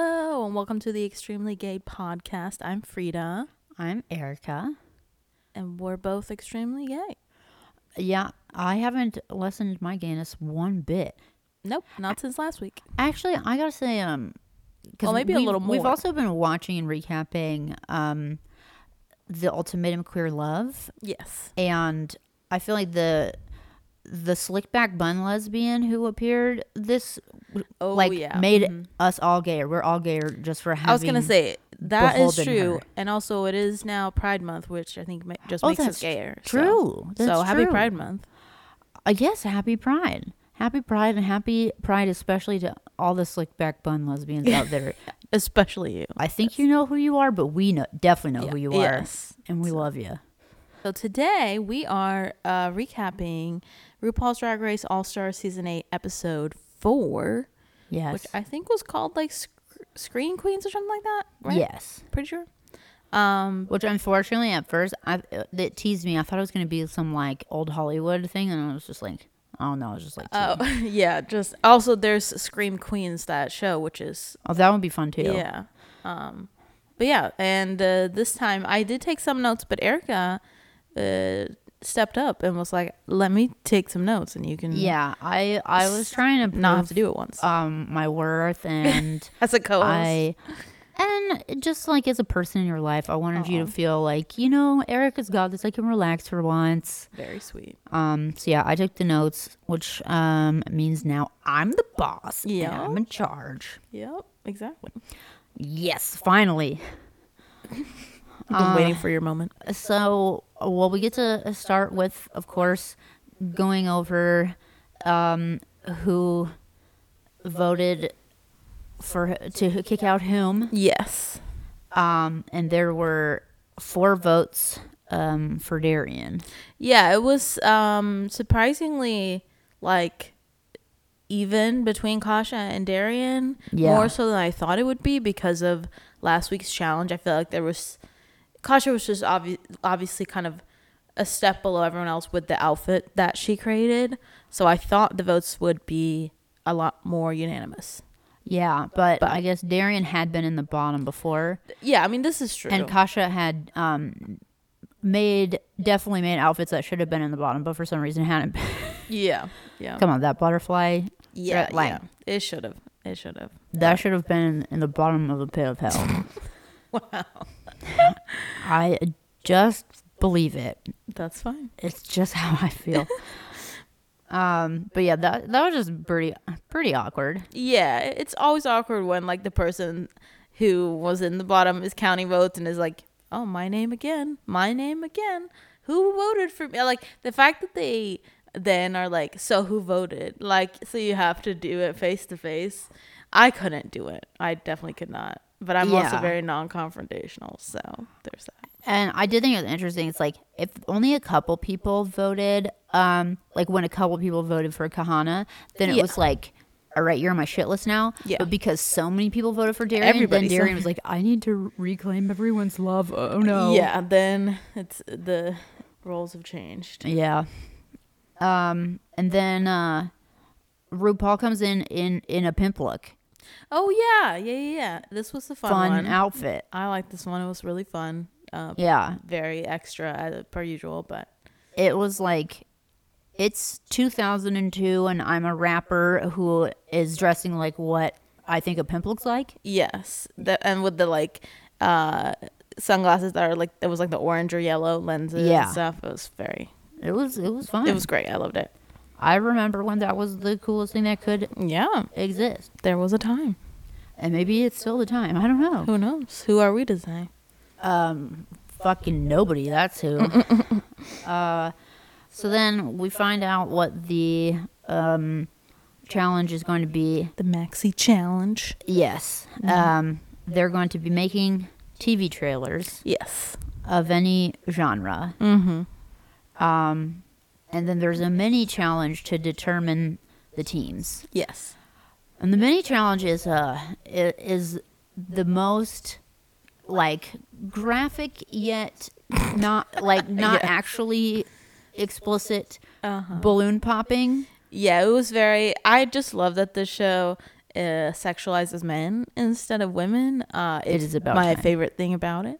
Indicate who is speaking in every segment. Speaker 1: welcome to the Extremely Gay podcast. I'm Frida,
Speaker 2: I'm Erica.
Speaker 1: and we're both extremely gay.
Speaker 2: Yeah, I haven't lessened my gayness one bit.
Speaker 1: Nope, not since last week.
Speaker 2: Actually, I gotta say, um, 'cause
Speaker 1: Well, maybe a
Speaker 2: we've-
Speaker 1: little
Speaker 2: We've
Speaker 1: more.
Speaker 2: also been watching and recapping, um, the Ultimatum Queer Love,
Speaker 1: Yes.
Speaker 2: and I feel like the the slick back bun lesbian who appeared this
Speaker 1: Oh,
Speaker 2: like
Speaker 1: yeah.
Speaker 2: made
Speaker 1: Mhm.
Speaker 2: us all gayer. We're all gayer just for having.
Speaker 1: I was gonna say that is
Speaker 2: beholden
Speaker 1: true,
Speaker 2: her.
Speaker 1: and also it is now Pride Month, which I think ma- just
Speaker 2: Oh,
Speaker 1: makes us
Speaker 2: that's
Speaker 1: gayer. so-
Speaker 2: true.
Speaker 1: So,
Speaker 2: That's
Speaker 1: happy
Speaker 2: true.
Speaker 1: Pride Month.
Speaker 2: Uh, yes, happy pride. Happy pride and happy pride, especially to all the slick back bun lesbians out there.
Speaker 1: Especially you.
Speaker 2: I think you know who you are, but we know definitely know
Speaker 1: Yeah.
Speaker 2: who you are,
Speaker 1: Yes.
Speaker 2: and we love you.
Speaker 1: So today we are uh, recapping RuPaul's Drag Race All Star Season 8, Episode 4,
Speaker 2: Yes,
Speaker 1: which I think was called like sc- Screen Queens or something like that, right?
Speaker 2: yes.
Speaker 1: Pretty sure. Um,
Speaker 2: Which unfortunately, at first, I uh, it teased me. I thought it was going to be some like old Hollywood thing, and I was just like, oh no, I was just like,
Speaker 1: oh, yeah, just also there's Scream Queens, that show, which is
Speaker 2: oh, that would be fun too.
Speaker 1: Yeah. Um, but yeah, and uh, this time I did take some notes, but Erica uh, stepped up and was like, "Let me take some notes, and you can
Speaker 2: Yeah, I I was trying to
Speaker 1: not have
Speaker 2: prove
Speaker 1: to do it once."
Speaker 2: um my worth and
Speaker 1: As a co-host,
Speaker 2: I. And just like as a person in your life, I wanted you to feel like, you know, Erica's got this. I can relax for once.
Speaker 1: very sweet.
Speaker 2: Um, so yeah, I took the notes, which um means now I'm the boss. and
Speaker 1: Yeah.
Speaker 2: I'm in charge.
Speaker 1: Yep, exactly.
Speaker 2: Yes, finally.
Speaker 1: I've
Speaker 2: Uh,
Speaker 1: been waiting for your moment.
Speaker 2: So well, we get to start with, of course, going over um who voted for to kick out whom.
Speaker 1: Yes,
Speaker 2: Um, and there were four votes um for Darian.
Speaker 1: yeah, it was um, surprisingly like even between Kasha and Darian,
Speaker 2: Yeah.
Speaker 1: more so than I thought it would be because of last week's challenge. I feel like there was Kasha was just obvi- obviously kind of a step below everyone else with the outfit that she created. So I thought the votes would be a lot more unanimous.
Speaker 2: Yeah, but, but I guess Darian had been in the bottom before.
Speaker 1: Yeah, I mean this is true.
Speaker 2: And Kasha had um, made definitely made outfits that should have been in the bottom, but for some reason hadn't. Been.
Speaker 1: yeah, yeah,
Speaker 2: Come on, that butterfly
Speaker 1: yeah,
Speaker 2: red light.
Speaker 1: yeah. It should have. It should have.
Speaker 2: that should have been in the bottom of the pit of hell. wow, I just believe it.
Speaker 1: That's fine.
Speaker 2: It's just how I feel. um, but yeah, that that was just pretty pretty awkward.
Speaker 1: Yeah, i- it's always awkward when like the person who was in the bottom is counting votes and is like, "Oh, my name again, my name again. Who voted for me?" Uh, Like the fact that they then are like, "So who voted?" Like so you have to do it face to face. I couldn't do it. I definitely could not. But I'm also
Speaker 2: Yeah.
Speaker 1: very non-confrontational, so there's that.
Speaker 2: And I did think it was interesting. It's like if only a couple people voted, um, like when a couple people voted for Kahana, then it
Speaker 1: Yeah.
Speaker 2: was like, all right, you're on my shit list now.
Speaker 1: Yeah.
Speaker 2: But because so many people voted for Darian,
Speaker 1: Everybody
Speaker 2: then Darian
Speaker 1: said-
Speaker 2: was like, I need to reclaim everyone's love. Oh no.
Speaker 1: Yeah, then it's the roles have changed.
Speaker 2: Yeah. Um, and then uh, RuPaul comes in in in a pimp look,
Speaker 1: Oh yeah, yeah, yeah. yeah. This was the fun,
Speaker 2: fun
Speaker 1: one.
Speaker 2: outfit.
Speaker 1: I like this one. It was really fun. Uh,
Speaker 2: Yeah.
Speaker 1: Very extra as per usual, but
Speaker 2: it was like it's 2002 and i'm a rapper who is dressing like what i think a pimp looks like
Speaker 1: yes, the, and with the like uh, sunglasses that are like it was like the orange or yellow lenses
Speaker 2: Yeah.
Speaker 1: and stuff. It was very.
Speaker 2: it was it was fun
Speaker 1: It was great. I loved it.
Speaker 2: i remember when that was the coolest thing that could
Speaker 1: Yeah,
Speaker 2: exist
Speaker 1: there was a time.
Speaker 2: and maybe it's still the time i don't know
Speaker 1: Who knows? Who are we to say?
Speaker 2: um fucking nobody that's who uh so then we find out what the um challenge is going to be
Speaker 1: The maxi challenge.
Speaker 2: yes um they're going to be making tv trailers
Speaker 1: Yes.
Speaker 2: of any genre.
Speaker 1: Mm-hmm.
Speaker 2: Um, and then there's a mini challenge to determine the teams.
Speaker 1: Yes.
Speaker 2: And the mini challenge is uh i- is the most like graphic yet not like not
Speaker 1: Yeah.
Speaker 2: actually explicit
Speaker 1: Uh huh.
Speaker 2: balloon popping.
Speaker 1: Yeah, it was very. I just love that the show uh, sexualizes men instead of women. Uh,
Speaker 2: It
Speaker 1: it's
Speaker 2: is about
Speaker 1: my
Speaker 2: time.
Speaker 1: favorite thing about it,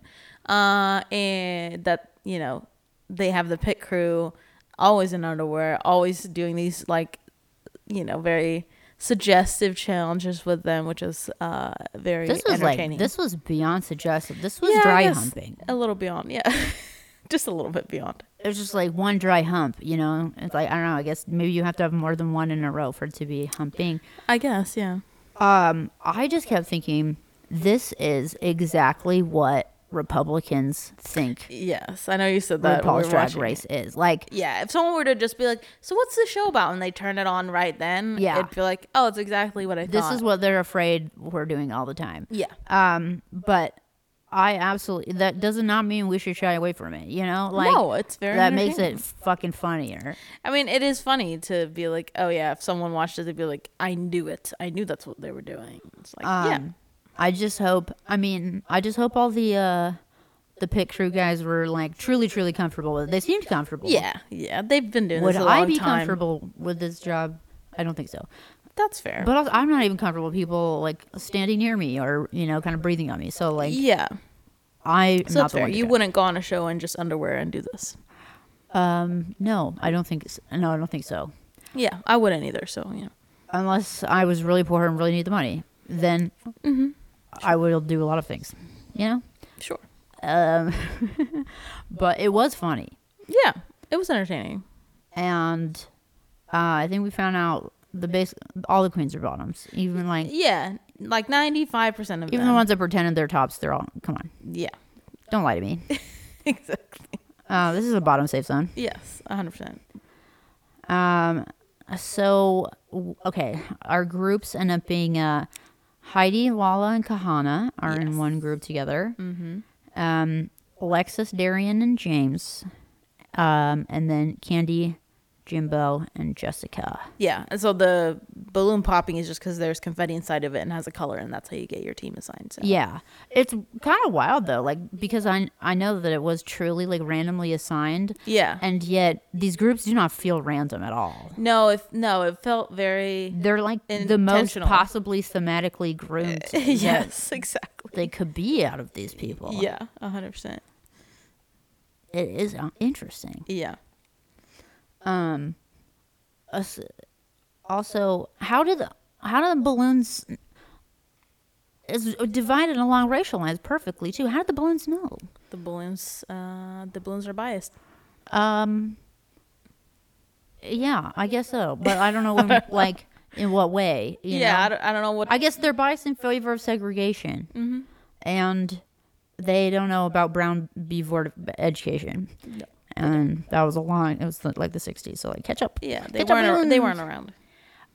Speaker 1: uh, and that you know they have the pit crew always in underwear, always doing these like you know very suggestive challenges with them, which is uh, very
Speaker 2: This was like
Speaker 1: entertaining.
Speaker 2: this was beyond suggestive. This was
Speaker 1: Yeah, I
Speaker 2: dry
Speaker 1: guess
Speaker 2: humping.
Speaker 1: a little beyond, yeah, just a little bit beyond.
Speaker 2: It was just like one dry hump, you know. It's like I don't know. I guess maybe you have to have more than one in a row for it to be humping.
Speaker 1: I guess, yeah.
Speaker 2: Um, I just kept thinking this is exactly what Republicans think
Speaker 1: Yes, I know you said that. when we
Speaker 2: RuPaul's
Speaker 1: were
Speaker 2: Drag
Speaker 1: watching it.
Speaker 2: Race is. Like
Speaker 1: Yeah, if someone were to just be like, "So what's the show about?" and they turn it on right then,
Speaker 2: Yeah.
Speaker 1: it'd be like, "Oh, it's exactly what I
Speaker 2: this
Speaker 1: thought."
Speaker 2: is what they're afraid we're doing all the time.
Speaker 1: yeah,
Speaker 2: Um, but I absolutely that does not mean we should shy away from it. You know, like
Speaker 1: no, it's very
Speaker 2: that makes it
Speaker 1: entertaining.
Speaker 2: fucking funnier.
Speaker 1: I mean, it is funny to be like, "Oh yeah," if someone watched it, they'd be like, "I knew it. I knew that's what they were doing." It's like, yeah,
Speaker 2: Um, I just hope. I mean, I just hope all the uh, the pit crew guys were like truly, truly comfortable with it. They seemed comfortable.
Speaker 1: yeah, yeah. They've been doing
Speaker 2: Would
Speaker 1: this a
Speaker 2: I
Speaker 1: long
Speaker 2: be
Speaker 1: time.
Speaker 2: comfortable with this job? I don't think so.
Speaker 1: That's fair.
Speaker 2: But also, I'm not even comfortable with people like standing near me or you know, kind of breathing on me. So like,
Speaker 1: yeah,
Speaker 2: I
Speaker 1: so
Speaker 2: not
Speaker 1: that's
Speaker 2: the
Speaker 1: fair.
Speaker 2: one to
Speaker 1: You
Speaker 2: do it.
Speaker 1: wouldn't go on a show in just underwear and do this.
Speaker 2: Um, no, I don't think. s- No, I don't think so.
Speaker 1: Yeah, I wouldn't either. So yeah,
Speaker 2: Unless I was really poor and really need the money, then
Speaker 1: Mm-hmm.
Speaker 2: I will do a lot of things. You know.
Speaker 1: sure.
Speaker 2: Um, but it was funny.
Speaker 1: Yeah, it was entertaining.
Speaker 2: and uh, I think we found out the base all the queens are bottoms, even like
Speaker 1: Yeah, like ninety five percent of
Speaker 2: even
Speaker 1: them.
Speaker 2: the ones that pretended they're tops. They're all come on,
Speaker 1: yeah,
Speaker 2: don't lie to me.
Speaker 1: exactly.
Speaker 2: Uh, this is a bottom safe zone.
Speaker 1: Yes, hundred percent.
Speaker 2: Um, so w- okay, our groups end up being uh, Heidi, Lala, and Kahana are in
Speaker 1: Yes.
Speaker 2: one group together. Mm-hmm. Um, Alexis, Darian, and James, um, and then Candy, Jimbo, and Jessica.
Speaker 1: Yeah, and so the balloon popping is just because there's confetti inside of it and has a color, and that's how you get your team assigned. So.
Speaker 2: Yeah. It's kind of wild though, like because I I know that it was truly like randomly assigned
Speaker 1: yeah.
Speaker 2: and yet these groups do not feel random at all.
Speaker 1: no, if no, it felt very.
Speaker 2: They're like the most
Speaker 1: Intentional.
Speaker 2: possibly thematically groomed that
Speaker 1: yes, exactly.
Speaker 2: they could be out of these people.
Speaker 1: Yeah, hundred percent.
Speaker 2: It is uh, interesting.
Speaker 1: Yeah.
Speaker 2: Um us- also, how did the, how do the balloons is divided along racial lines perfectly too. How did the balloons know?
Speaker 1: The balloons, uh, the balloons are biased.
Speaker 2: Um. Yeah, I guess so, but I don't know, when, like in what way. You
Speaker 1: yeah, I
Speaker 2: know?
Speaker 1: don't, I don't know what.
Speaker 2: I guess they're biased in favor of segregation, mm-hmm. and they don't know about Brown v. Board of education. And that was a long. It was like the '60s, so like catch up.
Speaker 1: yeah, they
Speaker 2: catch up,
Speaker 1: weren't. ar- they
Speaker 2: balloons.
Speaker 1: weren't around.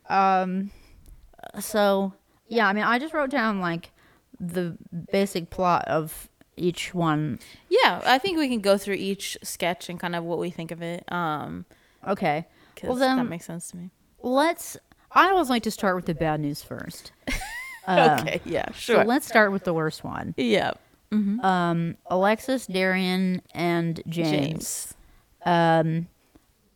Speaker 2: Um, so yeah, I mean, I just wrote down like the basic plot of each one.
Speaker 1: Yeah, I think we can go through each sketch and kind of what we think of it. Um,
Speaker 2: Okay.
Speaker 1: 'cause
Speaker 2: Well, then
Speaker 1: that makes sense to me.
Speaker 2: let's. I always like to start with the bad news first.
Speaker 1: okay. Yeah.
Speaker 2: uh, So
Speaker 1: Sure.
Speaker 2: let's start with the worst one.
Speaker 1: yeah.
Speaker 2: Um, Alexis, Darian, and James. Um,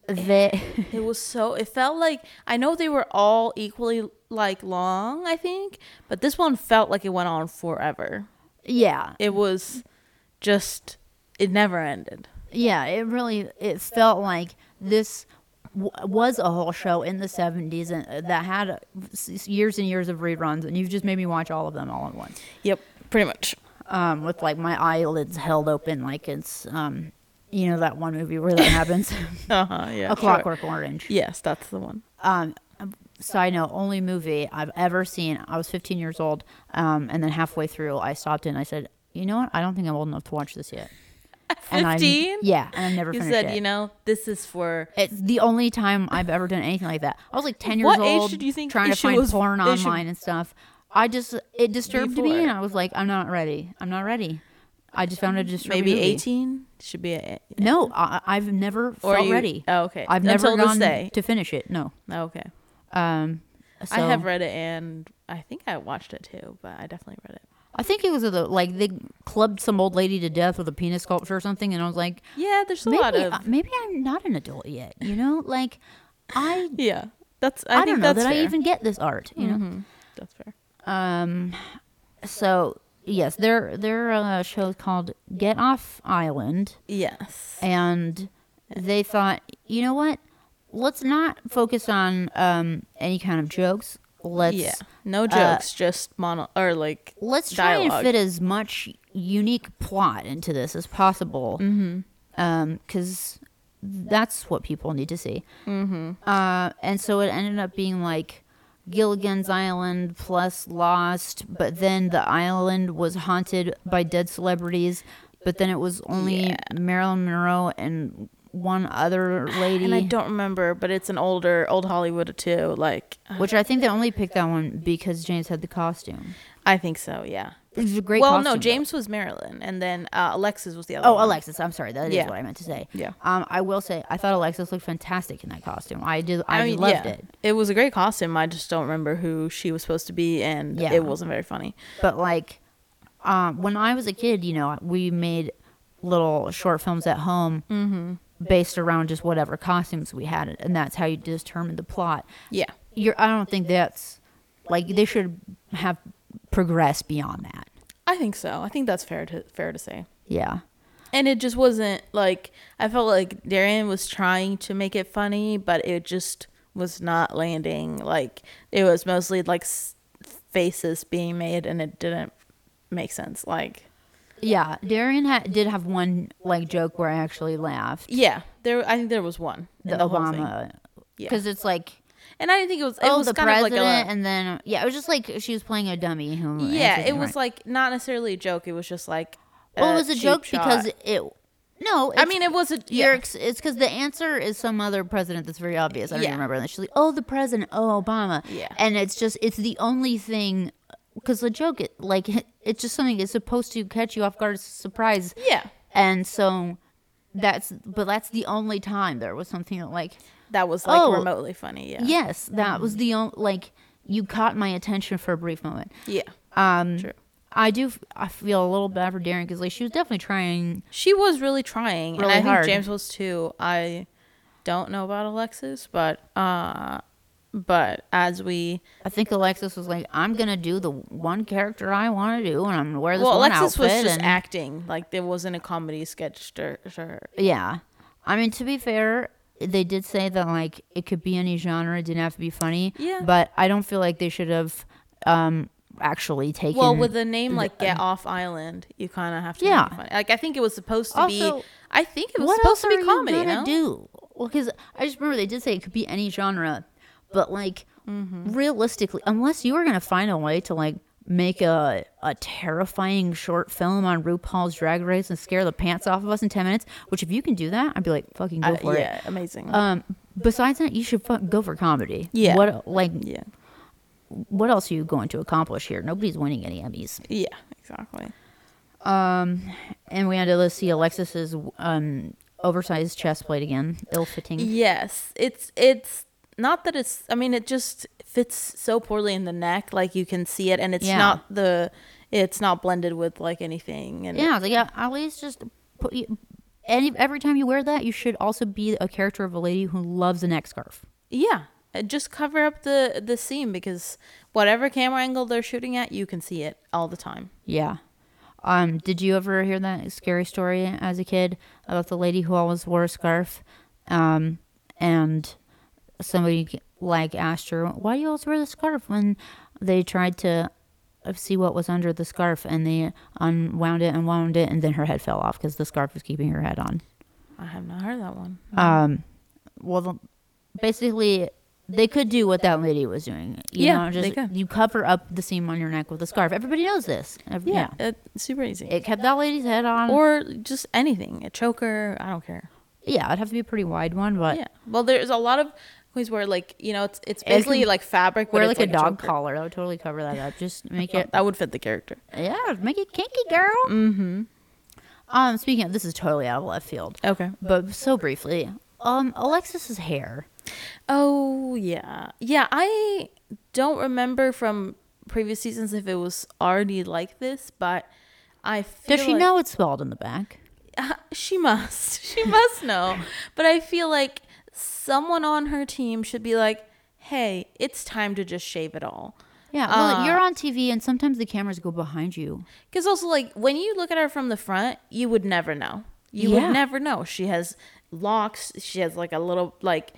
Speaker 2: they
Speaker 1: It was so. It felt like I know they were all equally like long. I think, but this one felt like it went on forever.
Speaker 2: yeah
Speaker 1: It was just. It never ended.
Speaker 2: yeah it really it felt like this w- was a whole show in the 70s and uh, that had uh, s- years and years of reruns and you've just made me watch all of them all at once
Speaker 1: Yep. Pretty much.
Speaker 2: um with like my eyelids held open like it's um you know that one movie where that happens
Speaker 1: Uh huh. Yeah. sure.
Speaker 2: a clockwork orange
Speaker 1: Yes, that's the one.
Speaker 2: um side note only movie i've ever seen i was 15 years old um and then halfway through i stopped and i said you know what i don't think i'm old enough to watch this yet And I-
Speaker 1: 15?
Speaker 2: yeah and i never
Speaker 1: You
Speaker 2: finished
Speaker 1: said,
Speaker 2: it
Speaker 1: you know, this is for.
Speaker 2: it's the only time i've ever done anything like that i was like 10 years
Speaker 1: What age
Speaker 2: old
Speaker 1: did you think
Speaker 2: trying to
Speaker 1: issue
Speaker 2: find
Speaker 1: was-
Speaker 2: porn
Speaker 1: issue-
Speaker 2: online and stuff i just it disturbed me
Speaker 1: Before.
Speaker 2: and i was like i'm not ready i'm not ready i just found it disturbing
Speaker 1: Maybe
Speaker 2: movie.
Speaker 1: 18 should be a,
Speaker 2: no I, i've never
Speaker 1: or
Speaker 2: felt
Speaker 1: you-
Speaker 2: ready
Speaker 1: Oh, okay.
Speaker 2: i've never
Speaker 1: Until this
Speaker 2: gone
Speaker 1: day.
Speaker 2: to finish it no
Speaker 1: Okay.
Speaker 2: um so,
Speaker 1: I have read it and I think I watched it too, but I definitely read it.
Speaker 2: I think it was the like they clubbed some old lady to death with a penis sculpture or something, and I was like,
Speaker 1: Yeah, there's a
Speaker 2: maybe,
Speaker 1: lot of.
Speaker 2: uh, maybe I'm not an adult yet. You know, like I
Speaker 1: yeah. That's. I,
Speaker 2: I,
Speaker 1: think
Speaker 2: don't know
Speaker 1: that's
Speaker 2: that I
Speaker 1: fair. Mm-hmm,
Speaker 2: even get this art. You know,
Speaker 1: That's fair.
Speaker 2: Um, so yes, their their uh, show is called Get Off Island,
Speaker 1: Yes.
Speaker 2: and they thought, you know what? Let's not focus on um, any kind of jokes. Let's
Speaker 1: yeah.
Speaker 2: uh,
Speaker 1: No jokes, just mono or like
Speaker 2: let's try
Speaker 1: Dialogue.
Speaker 2: and fit as much unique plot into this as possible. Mm-hmm. Um, because that's what people need to see. Mm-hmm. Uh, and so it ended up being like Gilligan's Island plus Lost, but then the island was haunted by dead celebrities. But then it was only
Speaker 1: Yeah.
Speaker 2: Marilyn Monroe and one other lady,
Speaker 1: and I don't remember, but it's an older old Hollywood too. Like
Speaker 2: which I think they only picked that one because James had the costume.
Speaker 1: I think so, yeah.
Speaker 2: It was a great
Speaker 1: well,
Speaker 2: costume,
Speaker 1: no,
Speaker 2: though.
Speaker 1: James was Marilyn and then uh, Alexis was the other
Speaker 2: Oh,
Speaker 1: one.
Speaker 2: Alexis. I'm sorry. that is
Speaker 1: Yeah.
Speaker 2: what I meant to say.
Speaker 1: Yeah.
Speaker 2: Um, I will say I thought Alexis looked fantastic in that costume. I did. I,
Speaker 1: mean,
Speaker 2: loved
Speaker 1: yeah.
Speaker 2: it.
Speaker 1: was a great costume. I just don't remember who she was supposed to be, and
Speaker 2: Yeah.
Speaker 1: it wasn't very funny.
Speaker 2: But like, um, when I was a kid, you know, we made little short films at home
Speaker 1: Mm-hmm.
Speaker 2: based around just whatever costumes we had, and that's how you determined the plot.
Speaker 1: Yeah,
Speaker 2: You're. I don't think that's like they should have progressed beyond that.
Speaker 1: I think so. I think that's fair to fair to say.
Speaker 2: Yeah.
Speaker 1: And it just wasn't like I felt like Darian was trying to make it funny, but it just was not landing. Like it was mostly like s- faces being made, and it didn't make sense. Like
Speaker 2: Yeah. Darian ha- did have one like joke where I actually laughed.
Speaker 1: yeah, there. I think there was one. in
Speaker 2: The,
Speaker 1: whole thing.
Speaker 2: Obama.
Speaker 1: Yeah.
Speaker 2: Because it's like.
Speaker 1: and I didn't think it was. It
Speaker 2: oh,
Speaker 1: was
Speaker 2: the
Speaker 1: kind
Speaker 2: president,
Speaker 1: of like a.
Speaker 2: and then yeah, it was just like she was playing a dummy. Who
Speaker 1: yeah,
Speaker 2: answered
Speaker 1: it
Speaker 2: the
Speaker 1: was
Speaker 2: right-
Speaker 1: like not necessarily a joke. It was just like.
Speaker 2: well, it was a
Speaker 1: cheap
Speaker 2: joke
Speaker 1: shot.
Speaker 2: because it. No,
Speaker 1: I
Speaker 2: it's-
Speaker 1: mean, it was a
Speaker 2: you're
Speaker 1: yeah.
Speaker 2: ex- it's because the answer is some other president that's very obvious. I don't
Speaker 1: Yeah.
Speaker 2: even remember. And she's like, "Oh, the president, oh Obama,"
Speaker 1: Yeah.
Speaker 2: and it's just it's the only thing because the joke, it, like it's just something that's supposed to catch you off guard, it's a surprise,
Speaker 1: yeah.
Speaker 2: and so that's but that's the only time there was something that like
Speaker 1: That was like
Speaker 2: Oh.
Speaker 1: remotely funny. Yeah.
Speaker 2: yes, that
Speaker 1: Mm.
Speaker 2: was the only like you caught my attention for a brief moment.
Speaker 1: Yeah.
Speaker 2: Um,
Speaker 1: True.
Speaker 2: I do. f- I feel a little bad for Darren because like she was definitely trying.
Speaker 1: She was really trying, and
Speaker 2: Really
Speaker 1: I think
Speaker 2: hard.
Speaker 1: James was too. I don't know about Alexis, but uh, but as we
Speaker 2: I think Alexis was like, "I'm gonna do the one character I want to do, and I'm gonna wear this
Speaker 1: well,
Speaker 2: one
Speaker 1: Alexis was
Speaker 2: outfit."
Speaker 1: just
Speaker 2: and,
Speaker 1: acting like there wasn't a comedy sketch to, to her.
Speaker 2: yeah, I mean to be fair, they did say that like it could be any genre, it didn't have to be funny.
Speaker 1: Yeah.
Speaker 2: but I don't feel like they should have um actually taken.
Speaker 1: Well, with a name like Get Off Island, you kind of have to.
Speaker 2: Yeah.
Speaker 1: Yeah. Funny. Like I think it was supposed to
Speaker 2: Also,
Speaker 1: be. I think it was
Speaker 2: what
Speaker 1: supposed
Speaker 2: else
Speaker 1: to be
Speaker 2: are
Speaker 1: comedy.
Speaker 2: you gonna
Speaker 1: no?
Speaker 2: do? Well, because I just remember they did say it could be any genre, but like
Speaker 1: Mm-hmm.
Speaker 2: realistically, unless you were gonna find a way to like make a a terrifying short film on RuPaul's Drag Race and scare the pants off of us in ten minutes, which if you can do that, I'd be like fucking go
Speaker 1: Uh,
Speaker 2: for it.
Speaker 1: yeah, amazing.
Speaker 2: Um, besides that, you should fuck go for comedy.
Speaker 1: Yeah.
Speaker 2: What like
Speaker 1: yeah,
Speaker 2: what else are you going to accomplish here? Nobody's winning any Emmys.
Speaker 1: yeah, exactly.
Speaker 2: Um, and we had to see Alexis's um oversized chest plate again, ill fitting.
Speaker 1: Yes, it's it's not that it's. I mean, it just fits so poorly in the neck, like you can see it, and it's
Speaker 2: Yeah.
Speaker 1: not the. It's not blended with like anything, and
Speaker 2: Yeah, it's like yeah, at least just put you. Any every time you wear that, you should also be a character of a lady who loves a neck scarf.
Speaker 1: yeah, uh, just cover up the the seam because whatever camera angle they're shooting at, you can see it all the time.
Speaker 2: Yeah. Um, did you ever hear that scary story as a kid about the lady who always wore a scarf? Um, and somebody like asked her, "Why do you always wear the scarf?" When they tried to uh, see what was under the scarf, and they unwound it and wound it, and then her head fell off because the scarf was keeping her head on.
Speaker 1: I have not heard that one.
Speaker 2: um well the- basically they could do what that lady was doing you
Speaker 1: Yeah,
Speaker 2: know
Speaker 1: they
Speaker 2: just
Speaker 1: could.
Speaker 2: you cover up the seam on your neck with a scarf everybody knows this Ev- yeah,
Speaker 1: Yeah, it's super easy.
Speaker 2: it kept that lady's head on
Speaker 1: or just anything, a choker. I don't care.
Speaker 2: yeah it'd have to be a pretty wide one but
Speaker 1: Yeah. Well, there's a lot of queens where like you know it's it's
Speaker 2: It can
Speaker 1: basically like fabric. but
Speaker 2: wear
Speaker 1: it's
Speaker 2: like a dog
Speaker 1: choker.
Speaker 2: collar that would totally cover that up just make it
Speaker 1: That would fit the character.
Speaker 2: yeah make it kinky girl mm-hmm um speaking of this is totally out of left field
Speaker 1: Okay.
Speaker 2: but so briefly um alexis's hair
Speaker 1: Oh yeah, yeah. I don't remember from previous seasons if it was already like this, but I feel
Speaker 2: does she
Speaker 1: like-
Speaker 2: know it's bald in the back
Speaker 1: she must she must know. But I feel like someone on her team should be like, "Hey, it's time to just shave it all."
Speaker 2: Yeah, well,
Speaker 1: Uh,
Speaker 2: you're on TV, and sometimes the cameras go behind you.
Speaker 1: Because also, like, when you look at her from the front, you would never know. You
Speaker 2: Yeah.
Speaker 1: would never know. She has locks. She has like a little like,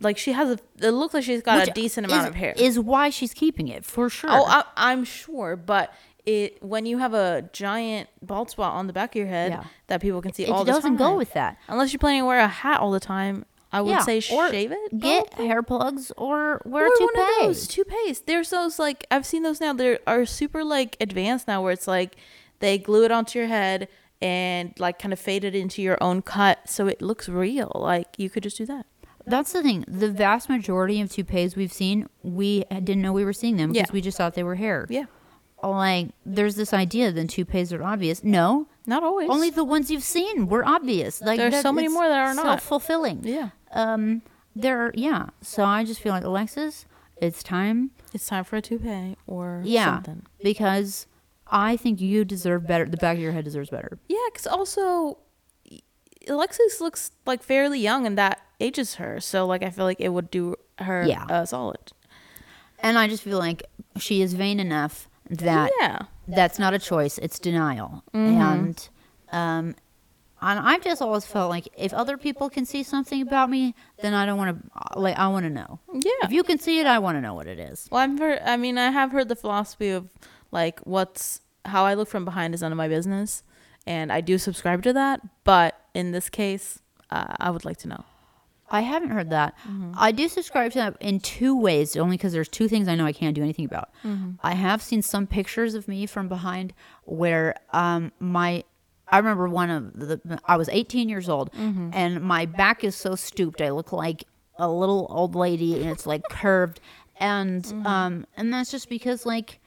Speaker 1: like she has a. It looks like she's got a
Speaker 2: Which
Speaker 1: decent
Speaker 2: is-
Speaker 1: amount of hair.
Speaker 2: Is why she's keeping it for sure.
Speaker 1: oh, I, I'm sure, but it when you have a giant bald spot on the back of your head
Speaker 2: Yeah.
Speaker 1: that people can see
Speaker 2: it
Speaker 1: all the time.
Speaker 2: doesn't go with that.
Speaker 1: unless you're planning to wear a hat all the time. I would say
Speaker 2: or
Speaker 1: shave it.
Speaker 2: Get hair plugs or wear
Speaker 1: Or
Speaker 2: a
Speaker 1: one of
Speaker 2: toupee.
Speaker 1: those toupees. There's those like I've seen those now. They are super like advanced now, where it's like they glue it onto your head and like kind of fade it into your own cut, so it looks real. Like you could just do that.
Speaker 2: That's the thing. The vast majority of toupees we've seen, we didn't know we were seeing them
Speaker 1: Yeah.
Speaker 2: because we just thought they were hair.
Speaker 1: Yeah,
Speaker 2: Like, there's this idea that toupees are obvious. No,
Speaker 1: not always.
Speaker 2: only the ones you've seen were obvious. Like
Speaker 1: There's
Speaker 2: that-
Speaker 1: so many
Speaker 2: it's
Speaker 1: more that are not.
Speaker 2: self-fulfilling.
Speaker 1: yeah.
Speaker 2: Um, there. Are, yeah. So I just feel like Alexis, it's time.
Speaker 1: It's time for a toupee or
Speaker 2: Yeah,
Speaker 1: something.
Speaker 2: because I think you deserve better. The back of your head deserves better.
Speaker 1: Yeah, because also Alexis looks like fairly young, and that ages her. So like I feel like it would do her
Speaker 2: Yeah.
Speaker 1: a solid.
Speaker 2: And I just feel like she is vain enough that
Speaker 1: yeah.
Speaker 2: that's not a choice it's denial and um and i've just always felt like if other people can see something about me then i don't want to like i want to know
Speaker 1: Yeah.
Speaker 2: if you can see it i want to know what it is
Speaker 1: Well, I'm ver- I mean, I have heard the philosophy of like what's how I look from behind is none of my business, and I do subscribe to that. But in this case, uh, I would like to know.
Speaker 2: i haven't heard that
Speaker 1: Mm-hmm.
Speaker 2: i do subscribe to that in two ways only because there's two things i know i can't do anything about
Speaker 1: Mm-hmm.
Speaker 2: i have seen some pictures of me from behind where um my I remember one of the. I was 18 years old,
Speaker 1: Mm-hmm.
Speaker 2: and my back is so stooped. I look like a little old lady and it's like curved and
Speaker 1: Mm-hmm.
Speaker 2: um and that's just because like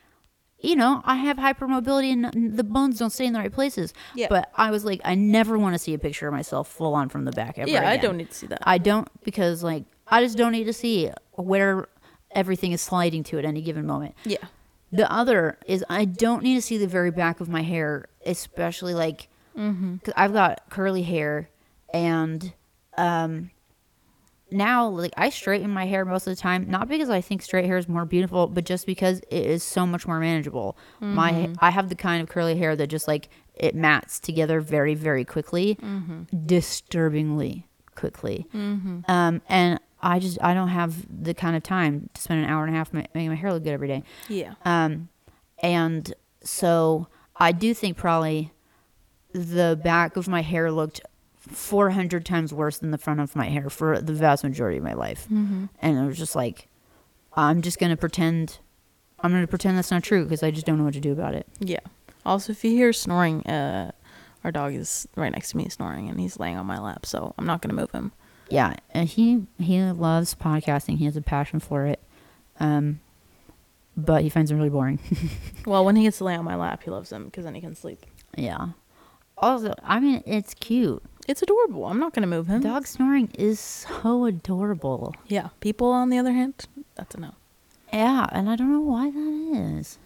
Speaker 2: you know i have hypermobility and n- the bones don't stay in the right places
Speaker 1: Yeah.
Speaker 2: but i was like i never want to see a picture of myself full on from the back ever
Speaker 1: Yeah, I
Speaker 2: again. Uh,
Speaker 1: don't need to see that.
Speaker 2: i don't because like i just don't need to see where everything is sliding to at any given moment
Speaker 1: Yeah,
Speaker 2: the other is I don't need to see the very back of my hair, especially like because I've got curly hair, and um, now like I straighten my hair most of the time, not because I think straight hair is more beautiful, but just because it is so much more manageable. My I have the kind of curly hair that just like it mats together very very quickly, disturbingly quickly,
Speaker 1: Mm-hmm.
Speaker 2: um, and. I just I don't have the kind of time to spend an hour and a half ma- making my hair look good every day.
Speaker 1: yeah,
Speaker 2: Um, and so I do think probably the back of my hair looked 400 times worse than the front of my hair for the vast majority of my life. And I was just like, I'm just going to pretend, I'm going to pretend that's not true because I just don't know what to do about it.
Speaker 1: yeah. Also, if you hear snoring, uh, our dog is right next to me snoring, and he's laying on my lap, so I'm not gonna move him.
Speaker 2: Yeah. And he, he loves podcasting. He has a passion for it. Um, but he finds it really boring.
Speaker 1: Well, when he gets to lay on my lap, he loves him because then he can sleep.
Speaker 2: yeah. Also, I mean, it's cute.
Speaker 1: It's adorable. I'm not gonna move him.
Speaker 2: Dog snoring is so adorable.
Speaker 1: Yeah. People, on the other hand, that's a no.
Speaker 2: Yeah, and I don't know why that is.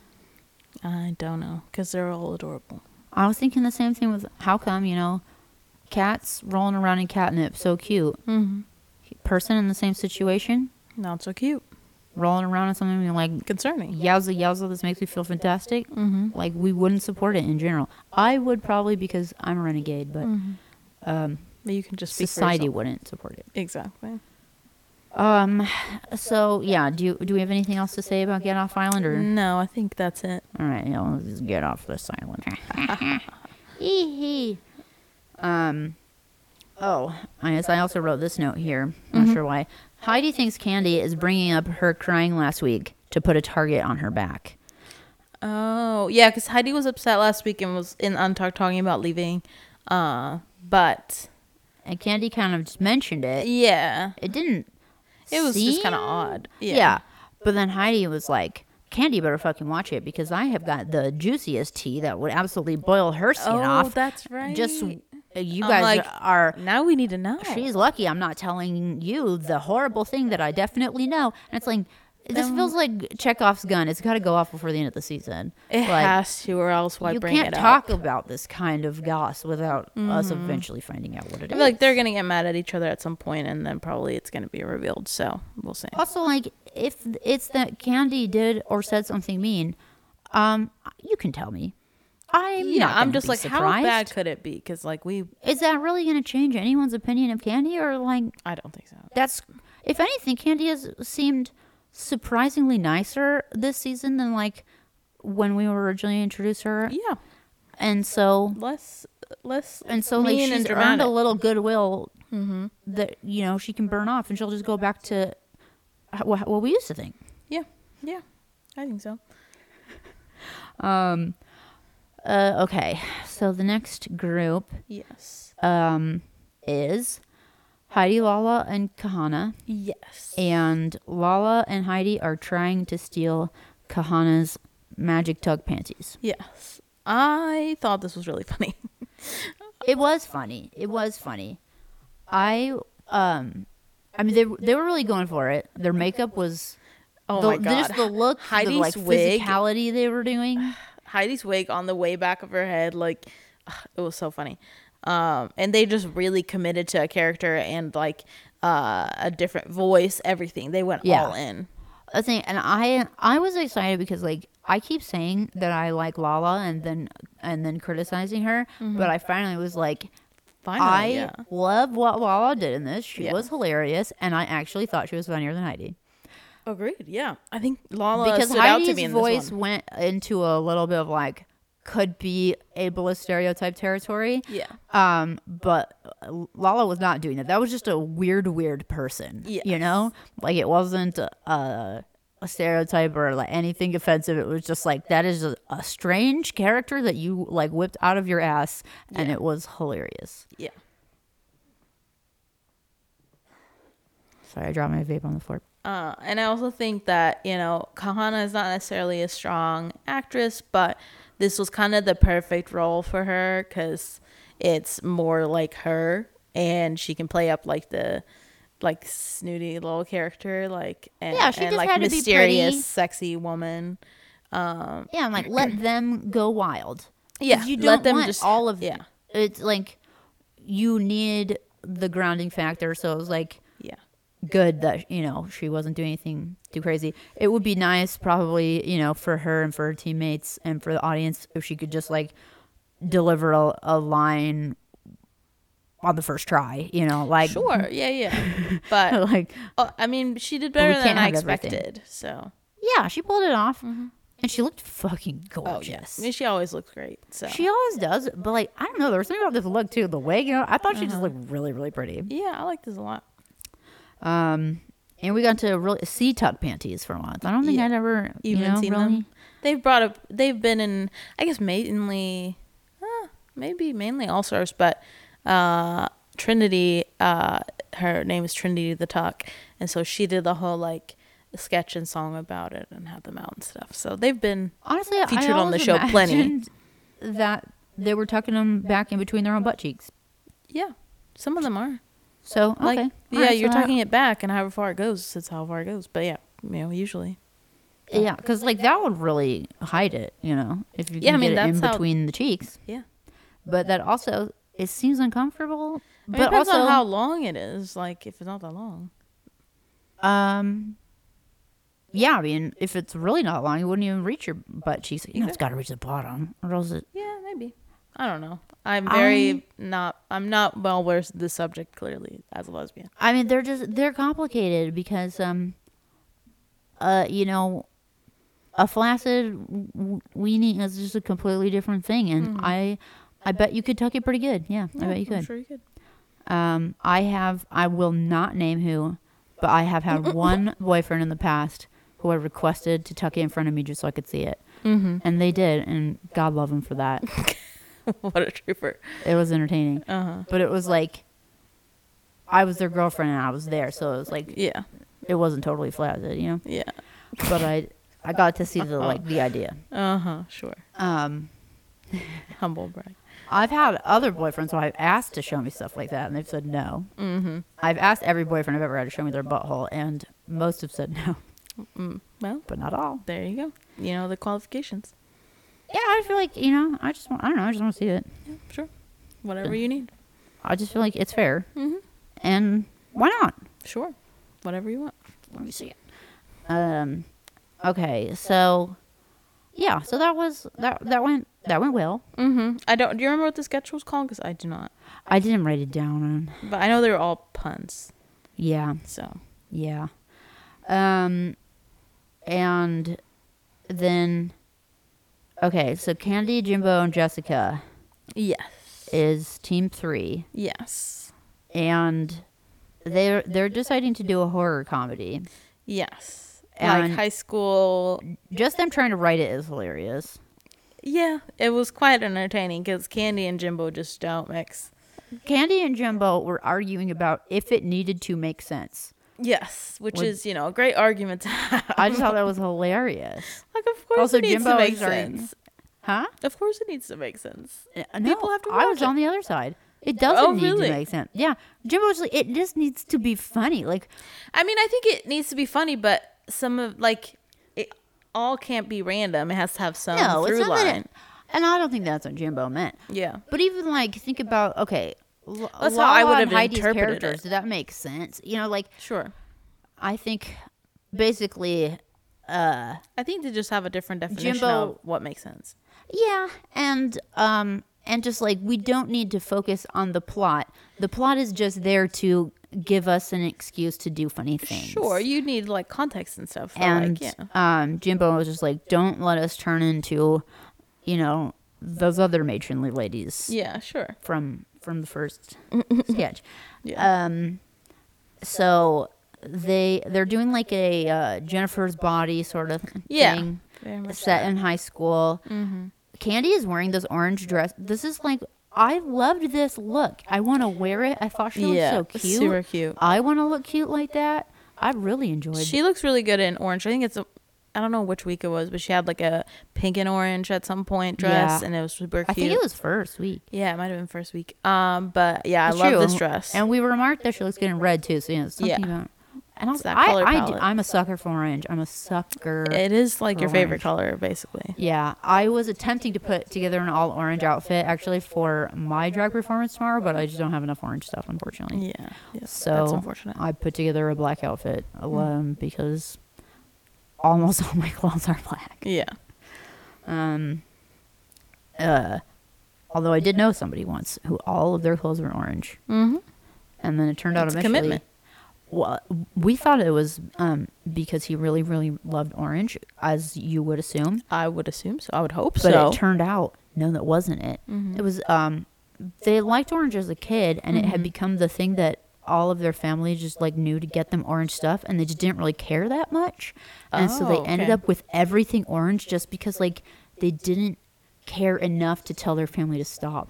Speaker 1: I don't know because they're all adorable.
Speaker 2: I was thinking the same thing with how come, you know, cats rolling around in catnip, so cute.
Speaker 1: Mm-hmm.
Speaker 2: Person in the same situation,
Speaker 1: Not so cute.
Speaker 2: rolling around in something and like,
Speaker 1: Concerning.
Speaker 2: yowza, yowza, this makes me feel fantastic.
Speaker 1: Mm-hmm.
Speaker 2: Like, we wouldn't support it in general. I would probably because I'm a renegade, but um,
Speaker 1: But you can just Mm-hmm. speak for
Speaker 2: society
Speaker 1: yourself.
Speaker 2: wouldn't support it.
Speaker 1: Exactly.
Speaker 2: Um, so, yeah, do, you, do we have anything else to say about Get Off Island? Or?
Speaker 1: No, I think that's it.
Speaker 2: All right, you know, let's just get off this island. Hee hee. um. Oh, I guess I also wrote this note here. Not sure why. Heidi thinks Candy is bringing up her crying last week to put a target on her back.
Speaker 1: Oh yeah, because Heidi was upset last week and was in Untalk talking about leaving. Uh, but
Speaker 2: And Candy kind of just mentioned it.
Speaker 1: yeah,
Speaker 2: It didn't.
Speaker 1: it was just kind of
Speaker 2: seem-
Speaker 1: odd.
Speaker 2: Yeah.
Speaker 1: Yeah.
Speaker 2: But then Heidi was like, Candy better fucking watch it because I have got the juiciest tea that would absolutely boil her skin
Speaker 1: Oh,
Speaker 2: off.
Speaker 1: that's right.
Speaker 2: Just uh, you
Speaker 1: I'm
Speaker 2: guys
Speaker 1: like, "Oh."
Speaker 2: are
Speaker 1: now we need to know.
Speaker 2: she's lucky I'm not telling you the horrible thing that I definitely know. And it's like, It
Speaker 1: Um,
Speaker 2: just feels like Chekhov's gun. It's got to go off before the end of the season.
Speaker 1: It
Speaker 2: like,
Speaker 1: has to, or else why
Speaker 2: you
Speaker 1: bring
Speaker 2: can't
Speaker 1: it up? Mm-hmm.
Speaker 2: talk about this kind of goss without us eventually finding out what it
Speaker 1: I
Speaker 2: is.
Speaker 1: feel like they're gonna get mad at each other at some point, and then probably it's gonna be revealed. So we'll see.
Speaker 2: also, like if it's that Candy did or said something mean, um, you can tell me. I'm
Speaker 1: Yeah,
Speaker 2: not
Speaker 1: I'm
Speaker 2: gonna
Speaker 1: just
Speaker 2: be
Speaker 1: like, how
Speaker 2: surprised.
Speaker 1: bad could it be? Because like we,
Speaker 2: Is that really going to change anyone's opinion of Candy, or like
Speaker 1: I don't think so.
Speaker 2: that's if anything candy has seemed surprisingly nicer this season than like when we were originally introduced her
Speaker 1: Yeah,
Speaker 2: and so
Speaker 1: less, less,
Speaker 2: and so like
Speaker 1: mean and
Speaker 2: she's earned
Speaker 1: dramatic.
Speaker 2: a little goodwill
Speaker 1: mm-hmm.
Speaker 2: that you know she can burn off and she'll just go back to h- wha- what we used to think
Speaker 1: yeah, yeah, I think so.
Speaker 2: um uh okay so the next group
Speaker 1: Yes,
Speaker 2: um is heidi lala and kahana
Speaker 1: yes.
Speaker 2: and Lala and Heidi are trying to steal Kahana's magic tug panties.
Speaker 1: Yes. I thought this was really funny.
Speaker 2: It was funny. It was funny. I um I mean they they were really going for it. Their makeup was
Speaker 1: Oh
Speaker 2: the,
Speaker 1: my god.
Speaker 2: just the look, Heidi's
Speaker 1: Heidi's
Speaker 2: the like
Speaker 1: wig.
Speaker 2: physicality they were doing.
Speaker 1: Heidi's wig on the way back of her head, like ugh, it was so funny. Um, and they just really committed to a character and like uh, a different voice, everything. They went
Speaker 2: Yeah.
Speaker 1: all in.
Speaker 2: I think and I I was excited because like I keep saying that I like Lala and then and then criticizing her, but I finally was like
Speaker 1: Finally,
Speaker 2: I
Speaker 1: Mm-hmm. yeah.
Speaker 2: love what Lala did in this. She
Speaker 1: Yeah.
Speaker 2: was hilarious, and I actually thought she was funnier than Heidi.
Speaker 1: Agreed. Yeah, I think Lala
Speaker 2: because
Speaker 1: stood out to me
Speaker 2: Heidi's
Speaker 1: in
Speaker 2: voice
Speaker 1: this one.
Speaker 2: went into a little bit of like could be ableist stereotype territory.
Speaker 1: Yeah.
Speaker 2: Um, but Lala was not doing that. That was just a weird, weird person. You
Speaker 1: Yes.
Speaker 2: know, like it wasn't a, a stereotype or like anything offensive. It was just like that is a, a strange character that you like whipped out of your ass, and it was hilarious.
Speaker 1: Yeah.
Speaker 2: Sorry, I dropped my vape on the floor.
Speaker 1: Uh, and I also think that, you know, Kahana is not necessarily a strong actress, but this was kind of the perfect role for her because it's more like her and she can play up like the like snooty little character, like and,
Speaker 2: Yeah, she
Speaker 1: and,
Speaker 2: just
Speaker 1: like
Speaker 2: had to be
Speaker 1: mysterious,
Speaker 2: pretty.
Speaker 1: sexy woman.
Speaker 2: Yeah, I'm like, let them go wild. 'Cause
Speaker 1: Yeah,
Speaker 2: you don't
Speaker 1: let them
Speaker 2: want
Speaker 1: just-
Speaker 2: all of
Speaker 1: yeah.
Speaker 2: It's like you need the grounding factor. So it was like
Speaker 1: Yeah.
Speaker 2: good that you know she wasn't doing anything too crazy. It would be nice, probably, you know, for her and for her teammates and for the audience if she could just like deliver a, a line on the first try. You know, like
Speaker 1: Sure. Yeah, yeah. But
Speaker 2: like
Speaker 1: uh, I mean, she did better
Speaker 2: Oh. can't
Speaker 1: than I
Speaker 2: have everything.
Speaker 1: expected. So,
Speaker 2: yeah, she pulled it off, and she looked fucking
Speaker 1: Mm-hmm. oh,
Speaker 2: gorgeous.
Speaker 1: yes. I mean, she always looks great. So,
Speaker 2: She always does, but like I don't know, there was something about this look too. The wig, you know, I thought she
Speaker 1: Uh-huh.
Speaker 2: just looked really, really pretty.
Speaker 1: yeah, I like this a lot.
Speaker 2: Um, and we got to really see tuck panties for once. I don't think
Speaker 1: Yeah.
Speaker 2: I'd ever you
Speaker 1: even
Speaker 2: know,
Speaker 1: seen
Speaker 2: really-
Speaker 1: them. They've brought up. They've been in. I guess mainly, uh, maybe mainly All Stars, but uh, Trinity. Uh, her name is Trinity the Tuck, and so she did the whole like sketch and song about it and had them out and stuff. So they've been.
Speaker 2: Honestly,
Speaker 1: Featured
Speaker 2: I
Speaker 1: on the
Speaker 2: always
Speaker 1: show plenty.
Speaker 2: imagined That they were tucking them back in between their own butt cheeks.
Speaker 1: Yeah, some of them are.
Speaker 2: So okay,
Speaker 1: Like,
Speaker 2: All
Speaker 1: yeah,
Speaker 2: right, so
Speaker 1: you're
Speaker 2: that-
Speaker 1: tucking it back, and however far it goes, it's how far it goes. But yeah, you know, usually.
Speaker 2: yeah, because like that would really hide it, you know, if you
Speaker 1: Yeah,
Speaker 2: can
Speaker 1: I mean,
Speaker 2: get it in
Speaker 1: that's how-
Speaker 2: between the cheeks.
Speaker 1: Yeah.
Speaker 2: But that also it seems uncomfortable.
Speaker 1: I mean, it
Speaker 2: but
Speaker 1: depends
Speaker 2: also
Speaker 1: on how long it is. Like, if it's not that long.
Speaker 2: Um. Yeah, I mean, if it's really not long, you wouldn't even reach your butt cheeks. You know, it's got to reach the bottom, or else it.
Speaker 1: Yeah, maybe. I don't know. I'm very not. I'm not well versed in this subject. Clearly, as a lesbian.
Speaker 2: I mean, they're just they're complicated because, um, uh, you know, a flaccid w- weenie is just a completely different thing, and I, I bet you could tuck it pretty good. Yeah, I bet you
Speaker 1: I'm
Speaker 2: could.
Speaker 1: Mm-hmm. sure you could.
Speaker 2: Um, I have, I will not name who, but I have had one boyfriend in the past who I requested to tuck it in front of me just so I could see it.
Speaker 1: Mm-hmm.
Speaker 2: And they did, and God love them for that.
Speaker 1: what a trooper.
Speaker 2: It was entertaining,
Speaker 1: Uh huh.
Speaker 2: but it was like I was their girlfriend and I was there, so it was like
Speaker 1: Yeah.
Speaker 2: it wasn't totally flaccid, you know.
Speaker 1: Yeah.
Speaker 2: But I I got to see the like the idea.
Speaker 1: Uh huh. Sure.
Speaker 2: Um,
Speaker 1: Humble brag.
Speaker 2: I've had other boyfriends who I've asked to show me stuff like that, and they've said no.
Speaker 1: Mm-hmm.
Speaker 2: I've asked every boyfriend I've ever had to show me their butthole, and most have said no.
Speaker 1: Mm, well,
Speaker 2: but not all.
Speaker 1: there you go. You know the qualifications.
Speaker 2: Yeah, I feel like you know, I just want, I don't know, I just want to see it.
Speaker 1: Yeah, sure. Whatever you need.
Speaker 2: I just feel like it's fair,
Speaker 1: Mm-hmm.
Speaker 2: and why not?
Speaker 1: Sure. Whatever you want.
Speaker 2: Let me see it. Um, okay, so yeah, so that was that that went that went well.
Speaker 1: Mm-hmm. I don't. Do you remember what the sketch was called? Because I do not.
Speaker 2: I didn't write it down.
Speaker 1: But I know they were all puns.
Speaker 2: Yeah,
Speaker 1: So
Speaker 2: yeah. Um, and then okay, so Candy, Jimbo, and Jessica
Speaker 1: yes,
Speaker 2: is team three,
Speaker 1: yes,
Speaker 2: and they're they're deciding to do a horror comedy.
Speaker 1: yes.
Speaker 2: And-
Speaker 1: like high school.
Speaker 2: Just them trying to write it is hilarious.
Speaker 1: Yeah, it was quite entertaining because Candy and Jimbo just don't mix.
Speaker 2: Candy and Jimbo were arguing about if it needed to make sense.
Speaker 1: Yes, which
Speaker 2: Would-
Speaker 1: is you know a great argument to have.
Speaker 2: I just thought that was hilarious.
Speaker 1: like of course
Speaker 2: Also,
Speaker 1: it needs
Speaker 2: Jimbo
Speaker 1: to make
Speaker 2: is already-
Speaker 1: sense.
Speaker 2: Huh?
Speaker 1: Of course it needs to make sense.
Speaker 2: Uh, No,
Speaker 1: People have to
Speaker 2: I was
Speaker 1: watch it.
Speaker 2: on the other side. It doesn't
Speaker 1: Oh,
Speaker 2: need
Speaker 1: really?
Speaker 2: to make sense. Yeah. Jimbo's like, it just needs to be funny. Like,
Speaker 1: I mean, I think it needs to be funny, but some of like it all can't be random. It has to have some
Speaker 2: no,
Speaker 1: Um, through
Speaker 2: it's not that
Speaker 1: line.
Speaker 2: it, And I don't think that's what Jimbo meant.
Speaker 1: yeah.
Speaker 2: But even like, think about, okay, L-
Speaker 1: That's how I
Speaker 2: Lala
Speaker 1: would
Speaker 2: and
Speaker 1: have
Speaker 2: Heidi's
Speaker 1: interpreted it.
Speaker 2: characters. Did that make sense? You know, like,
Speaker 1: Sure.
Speaker 2: I think basically, uh,
Speaker 1: I think they just have a different definition
Speaker 2: Jimbo-
Speaker 1: of what makes sense.
Speaker 2: Yeah, and um and just like we don't need to focus on the plot. The plot is just there to give us an excuse to do funny things.
Speaker 1: Sure, you need like context and stuff. but,
Speaker 2: And
Speaker 1: like, yeah.
Speaker 2: um Jimbo was just like don't let us turn into you know those other matronly ladies
Speaker 1: Yeah, sure.
Speaker 2: from from the first sketch.
Speaker 1: Yeah.
Speaker 2: Um so they they're doing like a uh, Jennifer's body sort of
Speaker 1: Yeah. Mm-hmm.
Speaker 2: thing
Speaker 1: Very much
Speaker 2: set in high school. Candy is wearing this orange dress. This is like I loved this look. I want to wear it. I thought she
Speaker 1: Yeah,
Speaker 2: looked so cute.
Speaker 1: super cute.
Speaker 2: I want to look cute like that. I really enjoyed.
Speaker 1: She looks really good in orange. I think it's a, I don't know which week it was, but she had like a pink and orange at some point dress
Speaker 2: Yeah.
Speaker 1: and it was super cute.
Speaker 2: I think it was first week.
Speaker 1: yeah, it might have been first week. Um, but yeah, I
Speaker 2: It's
Speaker 1: love
Speaker 2: true.
Speaker 1: this dress.
Speaker 2: And we remarked that she looks good in red too. So you know, it's something
Speaker 1: Yeah.
Speaker 2: about. And I was,
Speaker 1: that
Speaker 2: I,
Speaker 1: color
Speaker 2: I,
Speaker 1: palette.
Speaker 2: am a sucker for orange. I'm a sucker.
Speaker 1: it is like your
Speaker 2: for
Speaker 1: favorite
Speaker 2: orange.
Speaker 1: color, basically.
Speaker 2: yeah, I was attempting to put together an all orange outfit actually for my drag performance tomorrow, but I just don't have enough orange stuff, unfortunately.
Speaker 1: Yeah. yeah
Speaker 2: So
Speaker 1: that's unfortunate. Mm.
Speaker 2: I put together a black outfit um, because almost all my clothes are black.
Speaker 1: Yeah.
Speaker 2: Um, uh, although I did know somebody once who all of their clothes were orange,
Speaker 1: Mm-hmm.
Speaker 2: and then it turned out
Speaker 1: It's
Speaker 2: eventually.
Speaker 1: commitment.
Speaker 2: Well, we thought it was um, because he really, really loved orange, as you would assume.
Speaker 1: I would assume so. I would hope
Speaker 2: But
Speaker 1: so. Mm-hmm.
Speaker 2: it turned out no, that wasn't it. It was um, they liked orange as a kid, and
Speaker 1: Mm-hmm.
Speaker 2: it had become the thing that all of their family just like knew to get them orange stuff, and they just didn't really care that much, and so they
Speaker 1: Oh,
Speaker 2: ended
Speaker 1: okay.
Speaker 2: up with everything orange just because like they didn't care enough to tell their family to stop,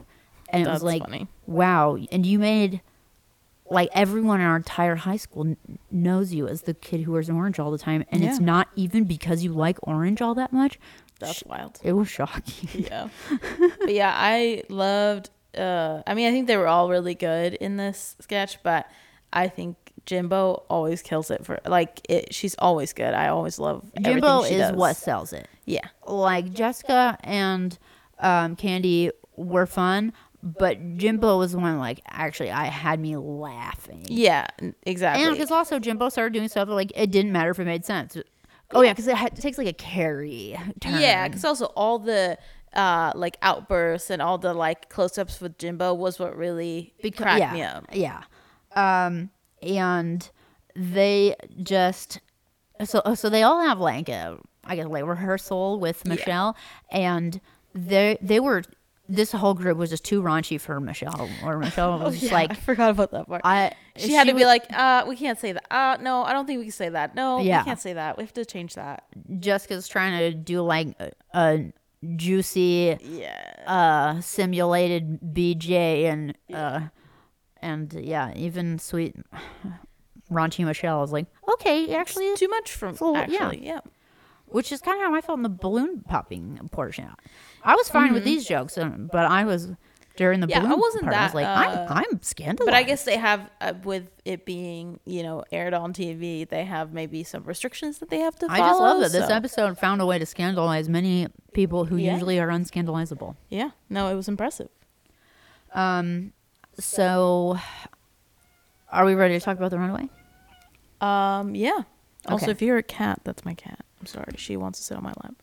Speaker 2: and it was
Speaker 1: That's
Speaker 2: like
Speaker 1: funny.
Speaker 2: wow, and you made. Like everyone in our entire high school kn- knows you as the kid who wears orange all the time, and it's
Speaker 1: Yeah.
Speaker 2: not even because you like orange all that much.
Speaker 1: That's wild.
Speaker 2: It was shocking.
Speaker 1: yeah but yeah i loved uh i mean i think they were all really good in this sketch but i think jimbo always kills it for like it she's always good i always love everything
Speaker 2: Jimbo
Speaker 1: she
Speaker 2: is
Speaker 1: does.
Speaker 2: what sells it.
Speaker 1: yeah
Speaker 2: Like Jessica and um, Candy were fun, but Jimbo was the one like actually I had me laughing.
Speaker 1: yeah n-
Speaker 2: And
Speaker 1: exactly
Speaker 2: because also Jimbo started doing stuff that, like it didn't matter if it made sense. Oh yeah, because it, ha- takes like a carry turn.
Speaker 1: yeah because also all the uh like outbursts and all the like close-ups with jimbo was what really cracked
Speaker 2: yeah,
Speaker 1: me up
Speaker 2: Yeah. Um, and they just so uh, so they all have like a I guess like rehearsal with Michelle, and they they were this whole group was just too raunchy for Michelle, or Michelle was just
Speaker 1: Oh, Yeah,
Speaker 2: like
Speaker 1: i forgot about that part
Speaker 2: I
Speaker 1: she, had to
Speaker 2: wa-
Speaker 1: be like uh we can't say that uh no i don't think we can say that no
Speaker 2: Yeah.
Speaker 1: we can't say that we have to change that
Speaker 2: Jessica's trying to do like a, a juicy
Speaker 1: yeah
Speaker 2: uh simulated BJ and uh and yeah even sweet raunchy Michelle was like okay actually
Speaker 1: too much from
Speaker 2: Full- yeah.
Speaker 1: actually. Yeah.
Speaker 2: which is kind of how I felt in the balloon popping portion. I was fine with these jokes, um, uh, but I was during the
Speaker 1: Mm-hmm. Yeah, I
Speaker 2: balloon
Speaker 1: wasn't
Speaker 2: part. I was
Speaker 1: that,
Speaker 2: like,
Speaker 1: uh,
Speaker 2: I'm, I'm scandalized.
Speaker 1: But I guess they have, uh, with it being, you know, aired on TV, they have maybe some restrictions that they have to
Speaker 2: I
Speaker 1: follow.
Speaker 2: just love that this
Speaker 1: so-
Speaker 2: episode found a way to scandalize many people who
Speaker 1: Yeah.
Speaker 2: usually are unscandalizable.
Speaker 1: Yeah, no, it was impressive.
Speaker 2: Um, so are we ready to talk about the runaway?
Speaker 1: Um, yeah. Also,
Speaker 2: Okay.
Speaker 1: if you're a cat, that's my cat. I'm sorry, she wants to sit on my lap.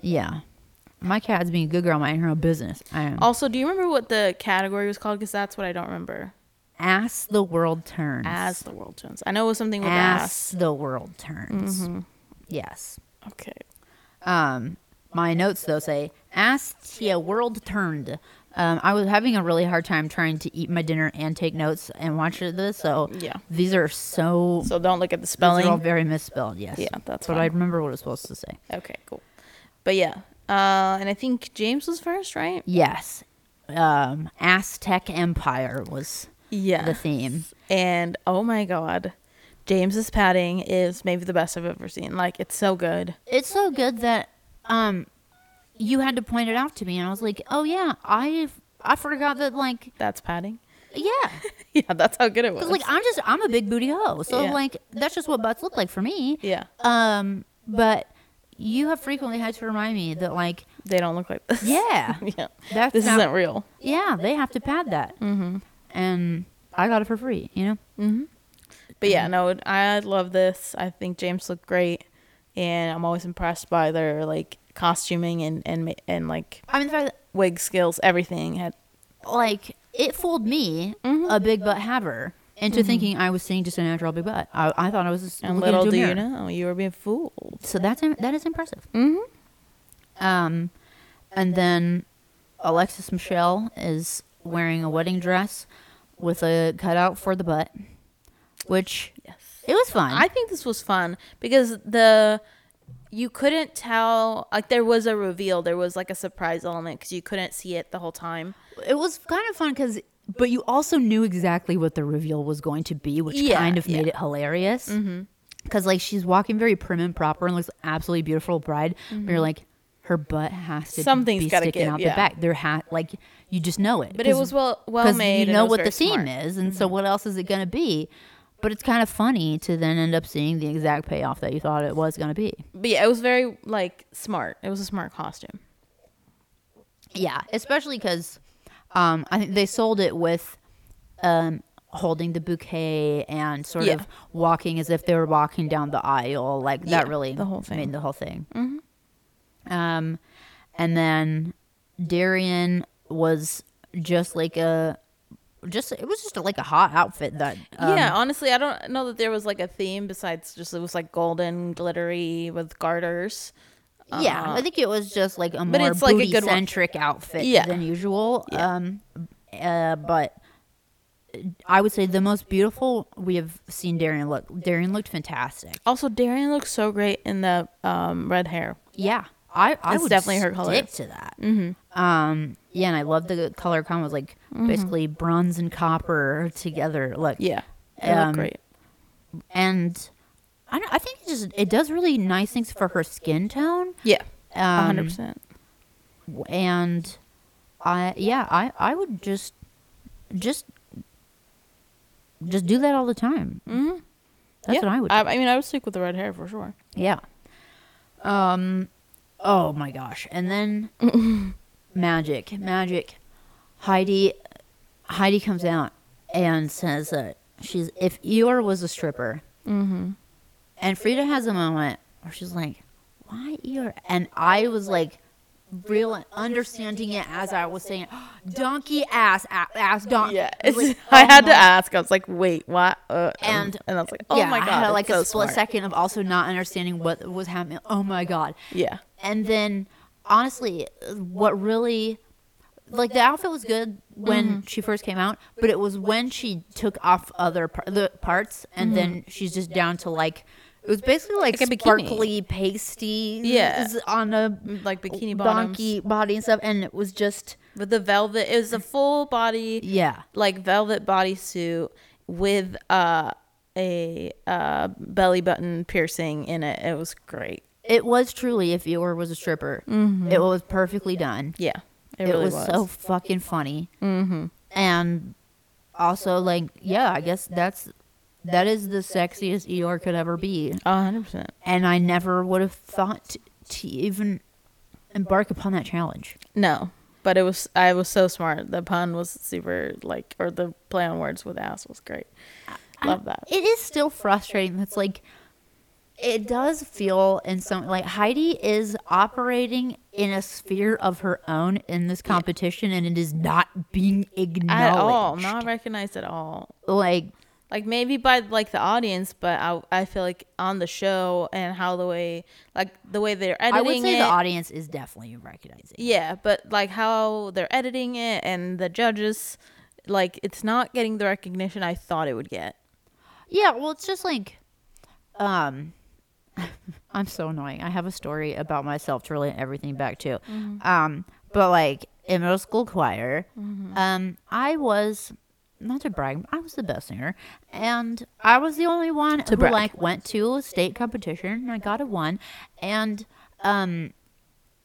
Speaker 2: Yeah. My cat's being a good girl, minding her own business. I am.
Speaker 1: Also, do you remember what the category was called? Because that's what I don't remember.
Speaker 2: Ass the world turns.
Speaker 1: As the world turns, I know it was something with
Speaker 2: Ass
Speaker 1: ass. Mm-hmm.
Speaker 2: the world turns. Yes.
Speaker 1: Okay.
Speaker 2: Um, my notes though say, "Ass Tia world turned." Um, I was having a really hard time trying to eat my dinner and take notes and watch this. So
Speaker 1: Yeah.
Speaker 2: these are so
Speaker 1: So don't look at the
Speaker 2: spelling
Speaker 1: spelling.
Speaker 2: all very misspelled. Yes.
Speaker 1: Yeah, that's
Speaker 2: but
Speaker 1: fine.
Speaker 2: I remember what it was supposed to say.
Speaker 1: okay, cool. But yeah, uh, and I think James was first, right?
Speaker 2: Yes. Um, Aztec Empire was
Speaker 1: Yeah.
Speaker 2: the theme.
Speaker 1: And oh my god, James's padding is maybe the best I've ever seen. Like it's so good.
Speaker 2: It's so good that um, you had to point it out to me, and I was like, "Oh yeah, I I forgot that like
Speaker 1: That's padding.
Speaker 2: yeah."
Speaker 1: Yeah, that's how good it was.
Speaker 2: Because like I'm just I'm a big booty hoe, so
Speaker 1: Yeah.
Speaker 2: like that's just what butts look like for me.
Speaker 1: yeah,
Speaker 2: Um, but you have frequently had to remind me that like
Speaker 1: they don't look like this.
Speaker 2: yeah,
Speaker 1: yeah.
Speaker 2: that's
Speaker 1: This
Speaker 2: not-
Speaker 1: isn't real.
Speaker 2: yeah they have to pad that, mm-hmm. and I got it for free, you know.
Speaker 1: But yeah, no, I love this. I think James looked great, and I'm always impressed by their like costuming and and ma- and like
Speaker 2: I mean the fact
Speaker 1: wig skills. Everything had
Speaker 2: that like it fooled me,
Speaker 1: Mm-hmm.
Speaker 2: a big butt haver, into thinking I was seeing just a natural big butt. I, I thought I was just
Speaker 1: and
Speaker 2: looking
Speaker 1: little
Speaker 2: into a
Speaker 1: do you
Speaker 2: mirror.
Speaker 1: know you were being fooled.
Speaker 2: So that's im- that is impressive. Mm-hmm. Um, and then Alexis Michelle is wearing a wedding dress with a cutout for the butt, which
Speaker 1: Yes.
Speaker 2: it was fun.
Speaker 1: I think this was fun because the you couldn't tell like there was a reveal. There was like a surprise element because you couldn't see it the whole time.
Speaker 2: it was kind of fun because, but you also knew exactly what the reveal was going to be, which
Speaker 1: Yeah,
Speaker 2: kind of
Speaker 1: yeah.
Speaker 2: made it hilarious. Because like she's walking very prim and proper and looks absolutely beautiful bride, but you're like. Her butt has to
Speaker 1: Something's
Speaker 2: be
Speaker 1: gotta
Speaker 2: sticking
Speaker 1: give,
Speaker 2: out
Speaker 1: yeah.
Speaker 2: the back. There hat like you just know it.
Speaker 1: But it
Speaker 2: 'Cause
Speaker 1: was well well
Speaker 2: because
Speaker 1: made.
Speaker 2: you
Speaker 1: and it
Speaker 2: know
Speaker 1: was
Speaker 2: what
Speaker 1: very
Speaker 2: the theme
Speaker 1: smart.
Speaker 2: is, and so what else is it going to be? But it's kind of funny to then end up seeing the exact payoff that you thought it was going to be.
Speaker 1: But yeah, it was very like smart. It was a smart costume.
Speaker 2: Yeah, especially because um, I think they sold it with um, holding the bouquet and sort
Speaker 1: Yeah.
Speaker 2: of walking as if they were walking down the aisle. Like that
Speaker 1: Yeah,
Speaker 2: really
Speaker 1: the whole thing.
Speaker 2: made the whole thing. Um, and then Darian was just like a just it was just like a hot outfit that um,
Speaker 1: yeah, honestly, I don't know that there was like a theme besides just it was like golden, glittery with garters.
Speaker 2: Yeah,
Speaker 1: Uh,
Speaker 2: I think it was just like a
Speaker 1: but
Speaker 2: more
Speaker 1: it's, like, a
Speaker 2: booty
Speaker 1: good one.
Speaker 2: centric outfit
Speaker 1: Yeah.
Speaker 2: than usual. Um, uh, but I would say the most beautiful we have seen Darian look. Darian looked fantastic.
Speaker 1: Also, Darian looks so great in the um, red hair.
Speaker 2: Yeah, I I
Speaker 1: It's
Speaker 2: would
Speaker 1: definitely her
Speaker 2: stick
Speaker 1: color.
Speaker 2: to that. Mm-hmm. Um, yeah, and I love the color combo. It was like basically bronze and copper together. Look,
Speaker 1: Mm-hmm. Yeah, it
Speaker 2: Um,
Speaker 1: looked great.
Speaker 2: and I don't, I think it just it does really nice things for her skin tone.
Speaker 1: Yeah, a
Speaker 2: Um,
Speaker 1: hundred percent.
Speaker 2: and I yeah I I would just just just do that all the time. Mm-hmm. That's
Speaker 1: Yeah,
Speaker 2: what I would.
Speaker 1: I, I mean, I would stick with the red hair for sure.
Speaker 2: yeah. Um. Oh my gosh! And then magic, magic. Heidi, Heidi comes out and says that she's if Eeyore was a stripper,
Speaker 1: Mm-hmm.
Speaker 2: and Frida has a moment where she's like, "Why Eeyore?" And I was like, real understanding it as I was saying, it. "Donkey ass, a- ass donkey."
Speaker 1: Yeah, it's, I had to ask. I was like, wait, what? Uh, um,
Speaker 2: oh And-
Speaker 1: and I was like, oh my god,
Speaker 2: I had like
Speaker 1: it's so
Speaker 2: a split
Speaker 1: smart.
Speaker 2: second of also not understanding what was happening. Oh my god!
Speaker 1: Yeah,
Speaker 2: And then, honestly, what really, like the outfit was good when
Speaker 1: Mm-hmm.
Speaker 2: she first came out, but it was when she took off other par- the parts, and then she's just down to like, it was basically like,
Speaker 1: Mm-hmm. Like a bikini.
Speaker 2: sparkly pasties
Speaker 1: Yeah. Mm,
Speaker 2: on a
Speaker 1: like bikini
Speaker 2: donkey
Speaker 1: bottoms
Speaker 2: body and stuff, and it was just
Speaker 1: with the velvet. It was a full body.
Speaker 2: yeah,
Speaker 1: like velvet bodysuit with uh, a uh, belly button piercing in it. It was great. Mm-hmm.
Speaker 2: it was truly if Eeyore was a stripper, it was perfectly done.
Speaker 1: Yeah, It really Mm-hmm.
Speaker 2: was, so fucking funny. And also, like, yeah, I guess that's that is the sexiest Eeyore could ever be.
Speaker 1: A hundred percent.
Speaker 2: And I never would have thought t- to even embark upon that challenge.
Speaker 1: No, but it was. I was so smart. The pun was super like, or the play on words with ass was great. Love that.
Speaker 2: It is still frustrating. It's like it does feel in some like Heidi is operating in a sphere of her own in this competition, and it is not being acknowledged
Speaker 1: At all, not recognized at all.
Speaker 2: Like
Speaker 1: Like maybe by like the audience, but I I feel like on the show and how the way like the way they're editing
Speaker 2: I would say
Speaker 1: it,
Speaker 2: the audience is definitely recognizing. it.
Speaker 1: Yeah, but like how they're editing it and the judges, like it's not getting the recognition I thought it would get.
Speaker 2: Yeah, well, it's just like, um, I'm so annoying. I have a story about myself to relate everything back to. Um, but like in middle school choir, um, I was not to brag, I was the best singer, and I was the only one who
Speaker 1: brag.
Speaker 2: like went to a state competition and I got a one, and um.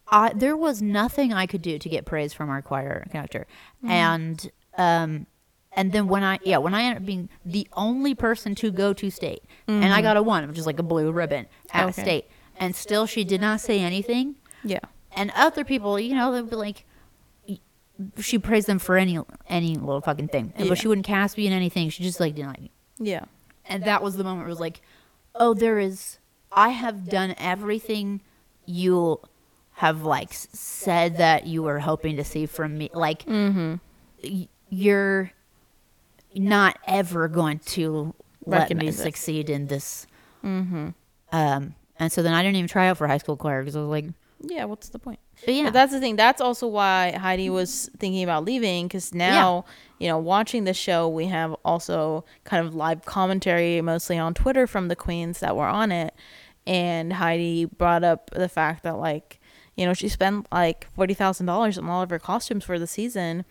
Speaker 2: I, there was nothing I could do to get praise from our choir conductor,
Speaker 1: Mm-hmm.
Speaker 2: and um, and then when I yeah when I ended up being the only person to go to state, and I got a one, which is like a blue ribbon at
Speaker 1: Mm-hmm. Okay.
Speaker 2: state, and still she did not say anything.
Speaker 1: Yeah.
Speaker 2: And other people, you know, they'd be like, she praised them for any any little fucking thing, And-
Speaker 1: Yeah.
Speaker 2: but she wouldn't cast me in anything. She just like didn't like me.
Speaker 1: Yeah.
Speaker 2: And that was the moment where it was like, oh, there is, I have done everything you have like s- said that you were hoping to see from me. Like, y- you're not ever going to let me
Speaker 1: Recognize it.
Speaker 2: succeed in this. Um, and so then I didn't even try out for high school choir because I was like,
Speaker 1: Yeah, what's the point?
Speaker 2: but yeah, Mm-hmm.
Speaker 1: But that's the thing. That's also why Heidi was thinking about leaving because now, you know, watching the show, we have also kind of live commentary, mostly on Twitter from the queens that were on it. And Heidi brought up the fact that, like, you know, she spent like $40,000 on all of her costumes for the season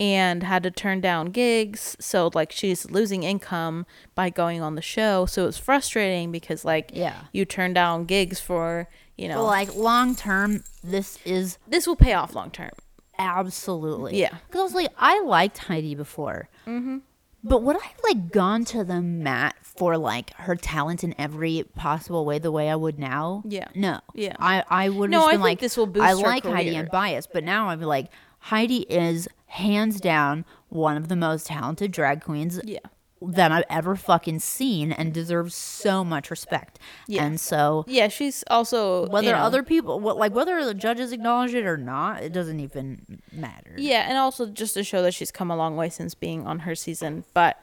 Speaker 1: and had to turn down gigs. So, like, she's losing income by going on the show. So it's frustrating because, like,
Speaker 2: Yeah.
Speaker 1: you turn down gigs for, you know,
Speaker 2: But, like long term, this is
Speaker 1: this will pay off long term.
Speaker 2: Absolutely.
Speaker 1: Yeah.
Speaker 2: Because I was like, I liked Heidi before. Mm-hmm. But would I have, like gone to the mat for like her talent in every possible way the way I would now?
Speaker 1: Yeah.
Speaker 2: No.
Speaker 1: Yeah.
Speaker 2: I, I would
Speaker 1: No,
Speaker 2: have
Speaker 1: I
Speaker 2: been
Speaker 1: think
Speaker 2: like,
Speaker 1: this will boost
Speaker 2: I
Speaker 1: her
Speaker 2: like Heidi.
Speaker 1: career.
Speaker 2: I'm biased, but now I'm like, Heidi is hands down one of the most talented drag queens
Speaker 1: Yeah.
Speaker 2: that I've ever fucking seen and deserves so much respect.
Speaker 1: Yeah.
Speaker 2: And so
Speaker 1: Yeah, she's also
Speaker 2: whether
Speaker 1: you know-
Speaker 2: other people, what, like whether the judges acknowledge it or not, it doesn't even matter.
Speaker 1: Yeah, and also just to show that she's come a long way since being on her season, but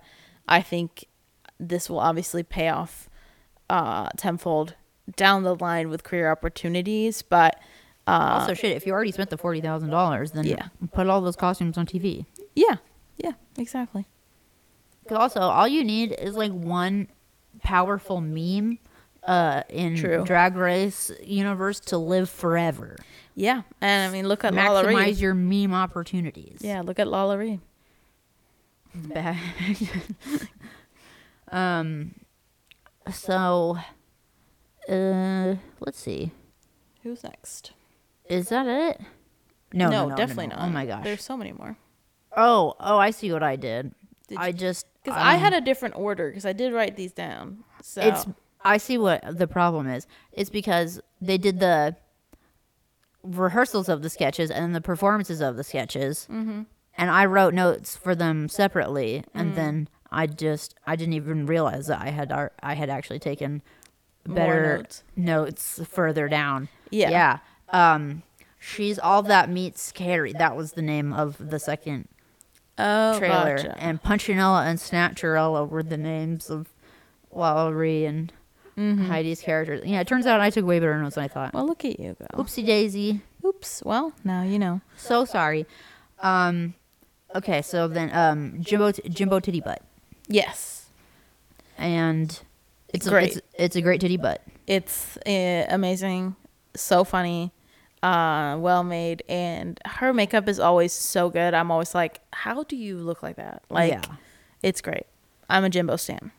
Speaker 1: I think this will obviously pay off uh tenfold down the line with career opportunities, but
Speaker 2: also, shit, if you already spent the forty thousand dollars, then
Speaker 1: Yeah.
Speaker 2: put all those costumes on TV.
Speaker 1: yeah. Yeah, exactly.
Speaker 2: 'Cause also, all you need is like one powerful meme uh, in
Speaker 1: True.
Speaker 2: Drag Race universe to live forever.
Speaker 1: Yeah. And I mean look at Lala
Speaker 2: Maximize
Speaker 1: Reed.
Speaker 2: your meme opportunities.
Speaker 1: Yeah, look at Lala Reed.
Speaker 2: Back. um. So, uh, let's see.
Speaker 1: Who's next?
Speaker 2: Is that it? No, no, no, no,
Speaker 1: definitely
Speaker 2: no.
Speaker 1: not.
Speaker 2: Oh my gosh.
Speaker 1: There's so many more.
Speaker 2: Oh, oh, I see what I did.
Speaker 1: Did
Speaker 2: I just
Speaker 1: Cuz I
Speaker 2: um,
Speaker 1: had a different order cuz I did write these down. So
Speaker 2: It's I see what the problem is. It's because they did the rehearsals of the sketches and the performances of the sketches, mm-hmm. and I wrote notes for them separately, and then I just I didn't even realize that I had ar- I had actually taken better
Speaker 1: notes.
Speaker 2: notes further down.
Speaker 1: Yeah.
Speaker 2: yeah. Um, she's all that meets Carrie. That was the name of the second
Speaker 1: oh,
Speaker 2: trailer,
Speaker 1: gotcha.
Speaker 2: and Punchinella and Snatcherella were the names of Lala Ree and
Speaker 1: Mm-hmm.
Speaker 2: Heidi's characters. Yeah, it turns out I took way better notes than I thought.
Speaker 1: Well, look at you go.
Speaker 2: Oopsie daisy.
Speaker 1: Oops. Well, now you know.
Speaker 2: So sorry. Um, okay, so then um, Jimbo Jimbo titty butt,
Speaker 1: Yes.
Speaker 2: and it's a,
Speaker 1: Great.
Speaker 2: It's, it's a great titty butt.
Speaker 1: It's uh, amazing, so funny, uh, well made, and her makeup is always so good. I'm always like, how do you look like that? Like,
Speaker 2: Yeah.
Speaker 1: it's great. I'm a Jimbo Stan.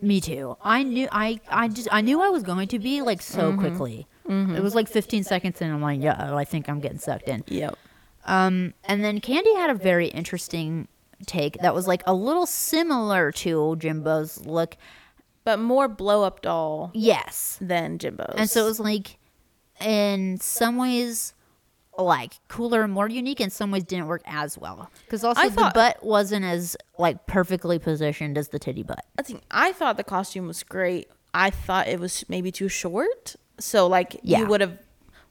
Speaker 2: Me too. I knew I I just I knew I was going to be
Speaker 1: Mm-hmm.
Speaker 2: like so quickly. It was like 15 seconds, and I'm like, yeah, oh, I think I'm getting sucked in.
Speaker 1: Yep.
Speaker 2: Um, and then Candy had a very interesting take that was like a little similar to Jimbo's look.
Speaker 1: but more blow up doll
Speaker 2: Yes.
Speaker 1: than Jimbo's.
Speaker 2: And so it was like, in some ways, like cooler and more unique. In some ways, didn't work as well because also
Speaker 1: I
Speaker 2: the
Speaker 1: thought-
Speaker 2: butt wasn't as like perfectly positioned as the titty butt.
Speaker 1: I think I thought the costume was great. I thought it was maybe too short. So like
Speaker 2: Yeah.
Speaker 1: you would have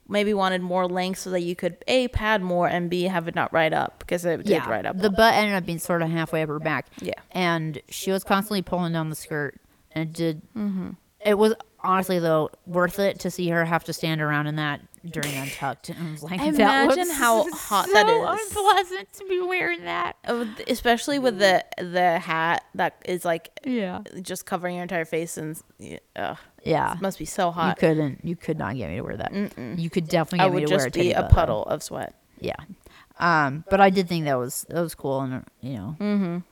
Speaker 1: maybe wanted more length so that you could a pad more and b have it not ride up because it did ride up.
Speaker 2: The butt ended up being sort of halfway up her back.
Speaker 1: Yeah.
Speaker 2: And she was constantly pulling down the skirt and it did.
Speaker 1: Mm-hmm.
Speaker 2: It was honestly, though, worth it to see her have to stand around in that during Untucked. And I was like, that
Speaker 1: Imagine
Speaker 2: looks
Speaker 1: how hot that
Speaker 2: so
Speaker 1: is.
Speaker 2: unpleasant to be wearing that.
Speaker 1: Uh, especially with the the hat that is like
Speaker 2: Yeah.
Speaker 1: just covering your entire face and yeah, ugh,
Speaker 2: Yeah.
Speaker 1: it must be so
Speaker 2: You
Speaker 1: hot.
Speaker 2: couldn't. You could not get me to wear that. You could definitely get
Speaker 1: I
Speaker 2: me
Speaker 1: would
Speaker 2: to wear a
Speaker 1: just
Speaker 2: titty
Speaker 1: be a
Speaker 2: butt, though.
Speaker 1: puddle of sweat.
Speaker 2: Yeah. Um, but I did think that was that was cool and uh, you know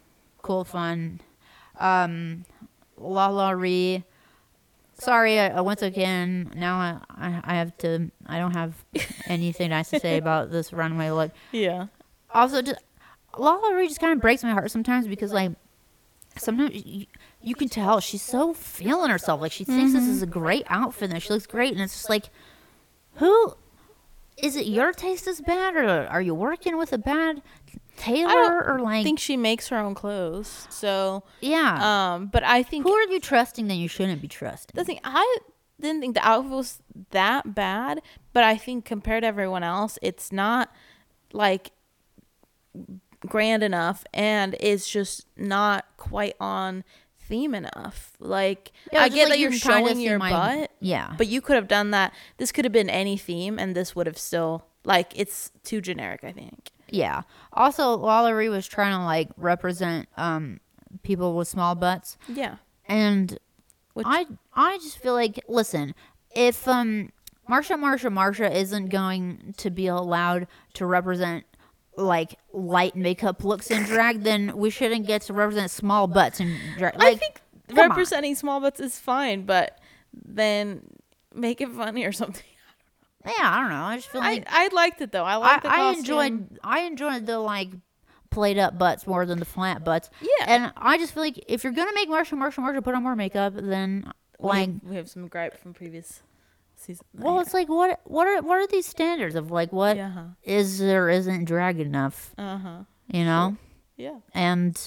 Speaker 2: cool fun. Um, La La Ree. Sorry, I, I once again now I, I I have to I don't have anything nice to say about this runway look.
Speaker 1: Yeah.
Speaker 2: Also, just, La La Ree just kind of breaks my heart sometimes because like sometimes you, you can tell she's so feeling herself. Like she thinks this
Speaker 1: Mm-hmm.
Speaker 2: is a great outfit and she looks great, and it's just like, who is it? Your taste is bad, or are you working with a bad tailor, or
Speaker 1: I
Speaker 2: like,
Speaker 1: think she makes her own clothes. So
Speaker 2: yeah,
Speaker 1: um but I think
Speaker 2: Ah. who are you trusting that you shouldn't be trusting?
Speaker 1: the thing I didn't think the outfit was that bad, but I think compared to everyone else, it's not like grand enough and it's just not quite on theme enough. Like
Speaker 2: Yeah,
Speaker 1: I
Speaker 2: just
Speaker 1: get
Speaker 2: like
Speaker 1: that
Speaker 2: you
Speaker 1: you're
Speaker 2: can kinda
Speaker 1: showing
Speaker 2: see
Speaker 1: your
Speaker 2: my-
Speaker 1: butt,
Speaker 2: yeah,
Speaker 1: but you could have done that. This could have been any theme and this would have still like it's too generic, I think.
Speaker 2: Yeah. Also, Lollery was trying to like represent um people with small butts,
Speaker 1: Yeah.
Speaker 2: and
Speaker 1: Which-
Speaker 2: I I just feel like listen, if um Marsha Marsha Marsha isn't going to be allowed to represent like light makeup looks in drag, then we shouldn't get to represent small butts in drag. Like,
Speaker 1: I think
Speaker 2: come on.
Speaker 1: representing small butts is fine, but then make it funny or something.
Speaker 2: yeah, I don't know. I just feel
Speaker 1: I,
Speaker 2: like
Speaker 1: I liked it though. I
Speaker 2: I,
Speaker 1: liked the
Speaker 2: I
Speaker 1: costume.
Speaker 2: enjoyed I enjoyed the like played up butts more than the flat butts.
Speaker 1: Yeah.
Speaker 2: And I just feel like if you're gonna make Marsha Marsha Marsha put on more makeup, then like
Speaker 1: we, we have some gripe from previous season.
Speaker 2: well it's like what what are what are these standards of like what
Speaker 1: Yeah, uh-huh.
Speaker 2: is or isn't drag enough,
Speaker 1: uh huh.
Speaker 2: you know?
Speaker 1: Yeah.
Speaker 2: And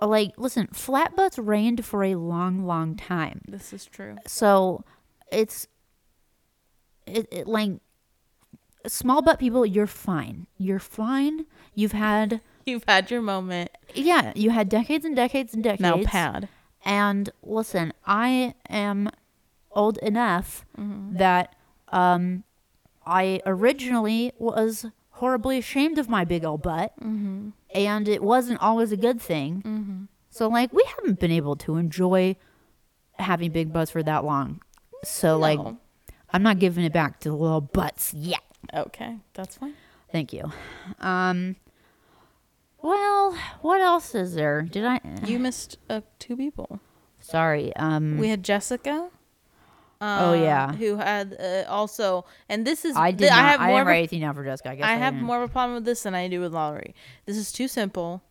Speaker 2: uh, like listen, flat butts reigned for a long, long time.
Speaker 1: This is true.
Speaker 2: So it's it, it like small butt people, you're fine. You're fine. You've had
Speaker 1: You've had your moment.
Speaker 2: Yeah, you had decades and decades and decades.
Speaker 1: Now pad.
Speaker 2: And listen, I am old enough that um, I originally was horribly ashamed of my big old butt, and it wasn't always a good thing. So, like, we haven't been able to enjoy having big butts for that long. So, like,
Speaker 1: No.
Speaker 2: I'm not giving it back to the little butts yet.
Speaker 1: Okay, that's fine.
Speaker 2: Thank you. Um, well, what else is there? Did I?
Speaker 1: You missed uh, two people.
Speaker 2: Sorry. Um,
Speaker 1: We had Jessica.
Speaker 2: Oh,
Speaker 1: um,
Speaker 2: yeah.
Speaker 1: Who had uh, also, and this is
Speaker 2: I did.
Speaker 1: th-
Speaker 2: not,
Speaker 1: I have more.
Speaker 2: didn't
Speaker 1: of a-
Speaker 2: write anything down for Jessica. I guess
Speaker 1: I have
Speaker 2: didn't.
Speaker 1: more of a problem with this than I do with Lowry. This is too simple.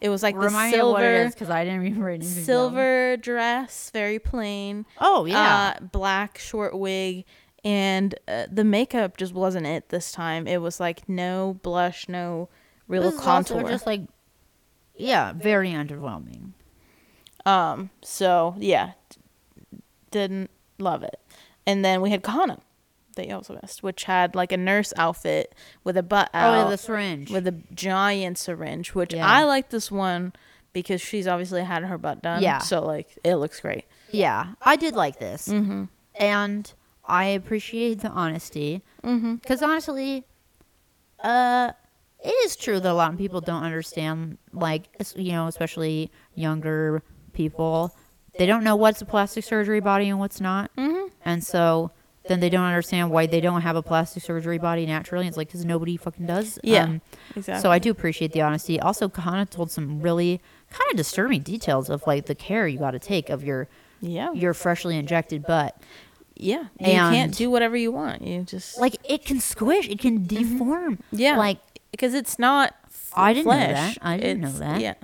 Speaker 1: It was like
Speaker 2: Remind
Speaker 1: the
Speaker 2: me of what it
Speaker 1: silver,
Speaker 2: is because I didn't even write anything down.
Speaker 1: silver dress, very plain.
Speaker 2: Oh yeah.
Speaker 1: uh, black short wig and uh, the makeup just wasn't it this time it was like no blush no real
Speaker 2: This is also
Speaker 1: contour
Speaker 2: just like, yeah, very underwhelming.
Speaker 1: um so yeah d- didn't love it and then we had Kana that you also missed which had like a nurse outfit with a butt
Speaker 2: Oh, yeah,
Speaker 1: out
Speaker 2: the syringe.
Speaker 1: with a giant syringe which
Speaker 2: Yeah.
Speaker 1: I like this one because she's obviously had her butt done
Speaker 2: Yeah.
Speaker 1: so like it looks great
Speaker 2: yeah, I did like this, mm-hmm. and I appreciate the honesty
Speaker 1: mm-hmm
Speaker 2: because honestly, uh, it is true that a lot of people don't understand, like es- you know, especially younger people, they don't know what's a plastic surgery body and what's not.
Speaker 1: mm-hmm
Speaker 2: And so then they don't understand why they don't have a plastic surgery body naturally. It's like, because nobody fucking does.
Speaker 1: Yeah,
Speaker 2: Um,
Speaker 1: exactly
Speaker 2: So I do appreciate the honesty. Also, Kana told some really kind of disturbing details of like the care you got to take of your
Speaker 1: yeah
Speaker 2: your freshly injected butt.
Speaker 1: yeah, you
Speaker 2: And-
Speaker 1: can't do whatever you want. You just
Speaker 2: Like it can squish, it can deform.
Speaker 1: Mm-hmm. yeah,
Speaker 2: Like
Speaker 1: because it's not. f-
Speaker 2: I didn't know
Speaker 1: flesh.
Speaker 2: that. I didn't know
Speaker 1: It's-
Speaker 2: that.
Speaker 1: Yeah,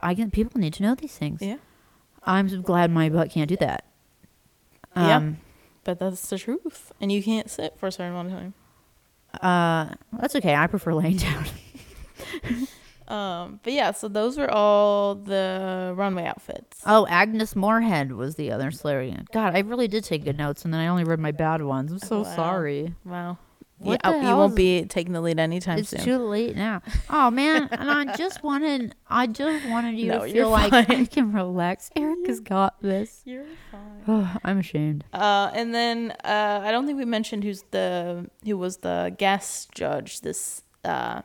Speaker 2: I can people need to know these things.
Speaker 1: yeah,
Speaker 2: I'm so glad my butt can't do that.
Speaker 1: Yeah.
Speaker 2: Um
Speaker 1: but that's the truth, and you can't sit for a certain amount of time.
Speaker 2: uh that's okay. I prefer laying down.
Speaker 1: Um, but yeah, so those were all the runway outfits.
Speaker 2: Oh, Agnes Moorehead was the other Solarian. God, I really did take good notes and then I only read my bad ones. I'm so
Speaker 1: Wow.
Speaker 2: sorry.
Speaker 1: Wow.
Speaker 2: What
Speaker 1: yeah,
Speaker 2: the
Speaker 1: you
Speaker 2: hell
Speaker 1: won't
Speaker 2: is-
Speaker 1: be taking the lead anytime
Speaker 2: It's
Speaker 1: soon.
Speaker 2: too late now. Oh man, and I just wanted I just wanted you
Speaker 1: No,
Speaker 2: to
Speaker 1: you're
Speaker 2: feel like I
Speaker 1: fine.
Speaker 2: can relax. Erica's got this.
Speaker 1: You're fine.
Speaker 2: Oh, I'm ashamed.
Speaker 1: Uh, and then uh, I don't think we mentioned who's the who was the guest judge this. Uh,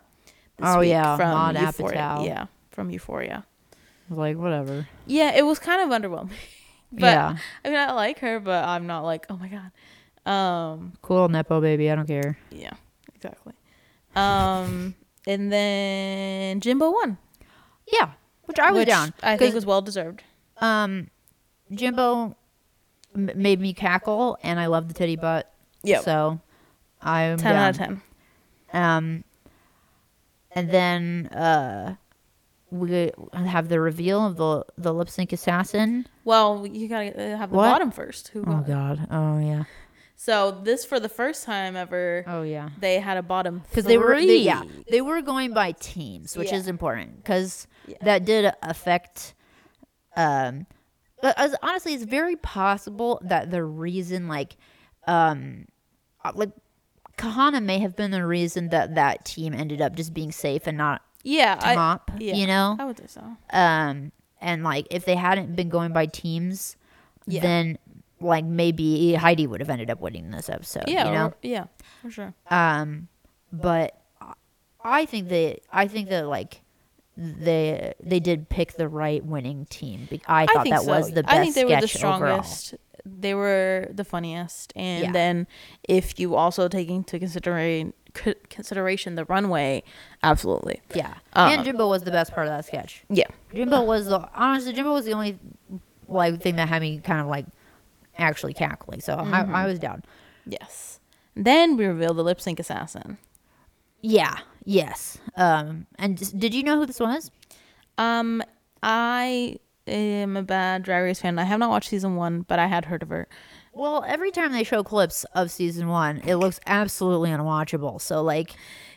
Speaker 1: this
Speaker 2: Oh,
Speaker 1: week
Speaker 2: yeah,
Speaker 1: from
Speaker 2: Maud
Speaker 1: Euphoria.
Speaker 2: Apatow.
Speaker 1: Yeah, from Euphoria.
Speaker 2: I was like, whatever.
Speaker 1: Yeah, it was kind of underwhelming. but
Speaker 2: Yeah.
Speaker 1: I mean, I like her, but I'm not like, oh my god. Um,
Speaker 2: Cool Nepo baby, I don't care.
Speaker 1: yeah, exactly. Um, and then Jimbo won,
Speaker 2: Yeah. Which I was
Speaker 1: which
Speaker 2: down.
Speaker 1: I think
Speaker 2: 'cause,
Speaker 1: was well deserved.
Speaker 2: um Jimbo m- made me cackle and I love the titty butt.
Speaker 1: Yep.
Speaker 2: So I'm
Speaker 1: Ten
Speaker 2: down.
Speaker 1: out of ten.
Speaker 2: Um, and then uh, we have the reveal of the the lip sync assassin.
Speaker 1: Well, you gotta uh, have the
Speaker 2: What?
Speaker 1: bottom first. Who got it?
Speaker 2: God! Oh yeah!
Speaker 1: So this for the first time ever,
Speaker 2: Oh yeah!
Speaker 1: they had a bottom
Speaker 2: Because they were they, yeah
Speaker 1: three.
Speaker 2: they were going by teams, which
Speaker 1: Yeah.
Speaker 2: is important because
Speaker 1: Yeah.
Speaker 2: that did affect. Um, but as, honestly, it's very possible that the reason like, um, uh, like. Kahana may have been the reason that that team ended up just being safe and not
Speaker 1: yeah, I-
Speaker 2: top,
Speaker 1: yeah,
Speaker 2: you know?
Speaker 1: I would say so.
Speaker 2: um and like if they hadn't been going by teams
Speaker 1: Yeah.
Speaker 2: then like maybe heidi would have ended up winning this episode
Speaker 1: Yeah,
Speaker 2: you know
Speaker 1: or- yeah, for sure.
Speaker 2: um but I- i think that i think that like they they did pick the right winning team Be- i thought that was the best
Speaker 1: I think they were
Speaker 2: sketch
Speaker 1: the
Speaker 2: overall.
Speaker 1: strongest. They were the funniest, and
Speaker 2: Yeah.
Speaker 1: then if you also take into consideration c- consideration the runway, absolutely.
Speaker 2: yeah
Speaker 1: Uh,
Speaker 2: and jimbo was the best part of that sketch
Speaker 1: Yeah,
Speaker 2: jimbo was the honestly jimbo was the only like thing that had me kind of like actually cackling so
Speaker 1: Mm-hmm.
Speaker 2: I, I was down
Speaker 1: yes. Then we reveal the lip sync assassin.
Speaker 2: Yeah. Yes. Um. And just, did you know who this was?
Speaker 1: Um, I am a bad Drag Race fan. I have not watched season one, but I had heard of her.
Speaker 2: Well, every time they show clips of season one, it looks absolutely unwatchable. So, like,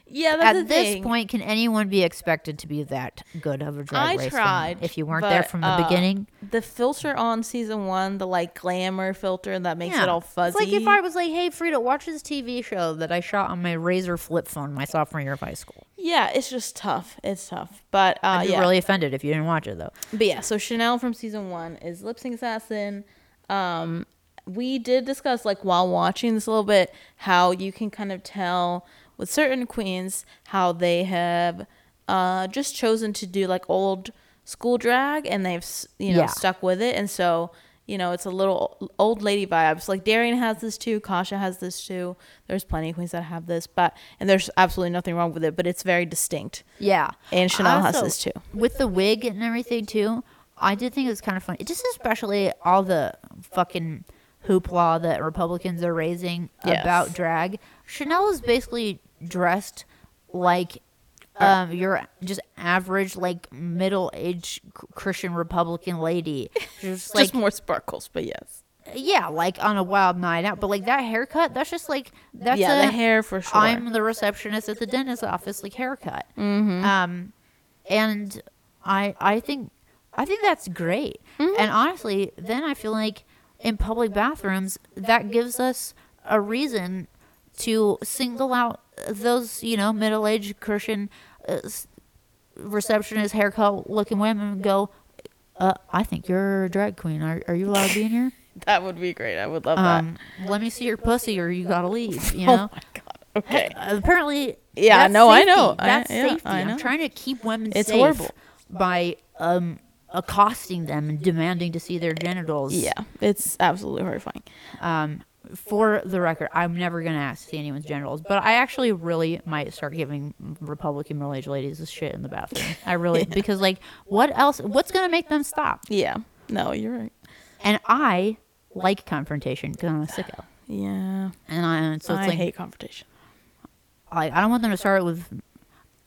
Speaker 1: Yeah, that's
Speaker 2: at this point, can anyone be expected to be that good of a drag
Speaker 1: I
Speaker 2: race fan
Speaker 1: tried,
Speaker 2: if you weren't there
Speaker 1: but,
Speaker 2: from the
Speaker 1: uh,
Speaker 2: beginning?
Speaker 1: the filter on season one, the like glamour filter that makes it all fuzzy.
Speaker 2: It's like if I was like, "Hey, Frida, watch this TV show that I shot on my razor flip phone my sophomore year of high school."
Speaker 1: yeah, it's just tough. It's tough, but uh,
Speaker 2: I'd be
Speaker 1: yeah,
Speaker 2: really offended if you didn't watch it though.
Speaker 1: but yeah. So Chanel from season one is lip sync assassin. Um, we did discuss like while watching this a little bit how you can kind of tell with certain queens how they have uh just chosen to do like old school drag and they've s- you know
Speaker 2: Yeah.
Speaker 1: stuck with it and so you know it's a little old lady vibes like Darian has this too Kasha has this too there's plenty of queens that have this but and there's absolutely nothing wrong with it but it's very distinct
Speaker 2: Yeah.
Speaker 1: And Chanel has
Speaker 2: Also,
Speaker 1: this, too.
Speaker 2: With the wig and everything too, I did think it was kind of funny. Just especially all the fucking hoopla that Republicans are raising
Speaker 1: Yes.
Speaker 2: about drag. Chanel is basically dressed like um, your just average like middle aged Christian Republican lady, just like
Speaker 1: just more sparkles but yes
Speaker 2: yeah, like on a wild night out. But like that haircut, that's just like that's
Speaker 1: yeah
Speaker 2: a-
Speaker 1: the hair for sure
Speaker 2: I'm the receptionist at the dentist office, like haircut.
Speaker 1: Mm-hmm.
Speaker 2: Um, and I I think I think that's great.
Speaker 1: Mm-hmm.
Speaker 2: And honestly, then I feel like in public bathrooms that gives us a reason to single out those you know middle aged Christian uh, s- receptionist haircut looking women and go. Uh, I think you're a drag queen. Are, are you allowed to be in here?
Speaker 1: That would be great. I would love
Speaker 2: Um, let me see your pussy, or you gotta leave. You
Speaker 1: that.
Speaker 2: know.
Speaker 1: Oh my god. Okay.
Speaker 2: Apparently,
Speaker 1: Yeah,
Speaker 2: that's
Speaker 1: no, I
Speaker 2: safety.
Speaker 1: know. I-
Speaker 2: That's
Speaker 1: yeah,
Speaker 2: safety.
Speaker 1: I know.
Speaker 2: am trying to keep women
Speaker 1: It's
Speaker 2: safe
Speaker 1: horrible.
Speaker 2: by um, accosting them and demanding to see their genitals.
Speaker 1: Yeah, it's absolutely horrifying.
Speaker 2: Um, for the record, I'm never gonna ask to see anyone's genitals, but I actually really might start giving Republican middle-aged ladies this shit in the bathroom. I really because like, what else? What's gonna make them stop?
Speaker 1: Yeah. No, you're right.
Speaker 2: And I like confrontation because I'm a sicko.
Speaker 1: Yeah.
Speaker 2: And I, so
Speaker 1: So
Speaker 2: it's
Speaker 1: I
Speaker 2: like,
Speaker 1: hate confrontation.
Speaker 2: like I don't want them to start with.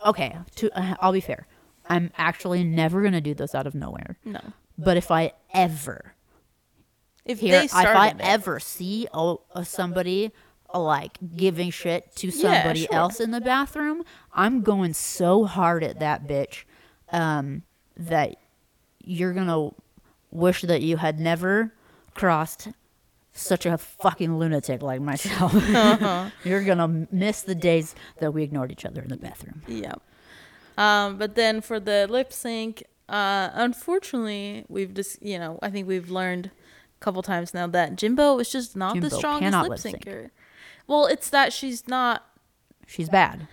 Speaker 2: Okay, to uh, I'll be fair. I'm actually never gonna do this out of nowhere.
Speaker 1: No.
Speaker 2: But if I ever
Speaker 1: If
Speaker 2: here,
Speaker 1: they
Speaker 2: if I
Speaker 1: started it,
Speaker 2: ever see a, a somebody uh, like giving shit to somebody
Speaker 1: sure.
Speaker 2: else in the bathroom, I'm going so hard at that bitch um, that you're gonna wish that you had never crossed such a fucking lunatic like myself.
Speaker 1: Uh-huh.
Speaker 2: you're gonna miss the days that we ignored each other in the bathroom.
Speaker 1: Yeah. Um, but then for the lip sync, uh, unfortunately, we've just you know I think we've learned a couple times now that Jimbo is just not the
Speaker 2: Jimbo
Speaker 1: strongest
Speaker 2: cannot
Speaker 1: lip
Speaker 2: lip sync.
Speaker 1: syncer. Well, it's that she's not
Speaker 2: She's bad.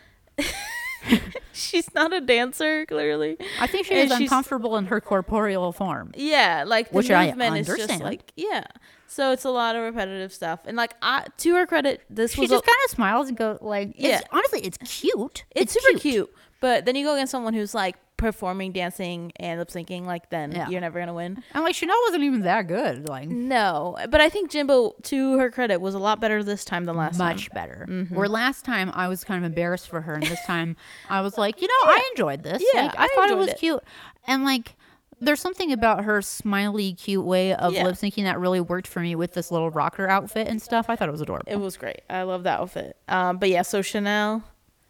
Speaker 1: she's not a dancer clearly.
Speaker 2: I think she
Speaker 1: And
Speaker 2: is
Speaker 1: she's-
Speaker 2: uncomfortable in her corporeal form.
Speaker 1: Yeah, like the
Speaker 2: Which I
Speaker 1: movement is just
Speaker 2: understand.
Speaker 1: like yeah. So it's a lot of repetitive stuff, and like I to her credit, this
Speaker 2: She
Speaker 1: was
Speaker 2: just
Speaker 1: a-
Speaker 2: kind of smiles and goes like, it's,
Speaker 1: Yeah.
Speaker 2: honestly, it's cute.
Speaker 1: it's, super cute. But then you go against someone who's like performing, dancing, and lip syncing. Like then
Speaker 2: Yeah.
Speaker 1: you're never gonna win.
Speaker 2: And like Chanel wasn't even that good. Like
Speaker 1: No, but I think Jimbo, to her credit, was a lot better this time than last time.
Speaker 2: much better.
Speaker 1: Mm-hmm.
Speaker 2: Where last time I was kind of embarrassed for her, and this time I was like, you know, I enjoyed this.
Speaker 1: Yeah,
Speaker 2: like, I,
Speaker 1: I
Speaker 2: thought it
Speaker 1: enjoyed
Speaker 2: was
Speaker 1: it.
Speaker 2: cute. And like, there's something about her smiley, cute way of
Speaker 1: Yeah.
Speaker 2: lip syncing that really worked for me with this little rocker outfit and stuff. I thought it was adorable.
Speaker 1: It was great. I love that outfit. Um, but yeah, so Chanel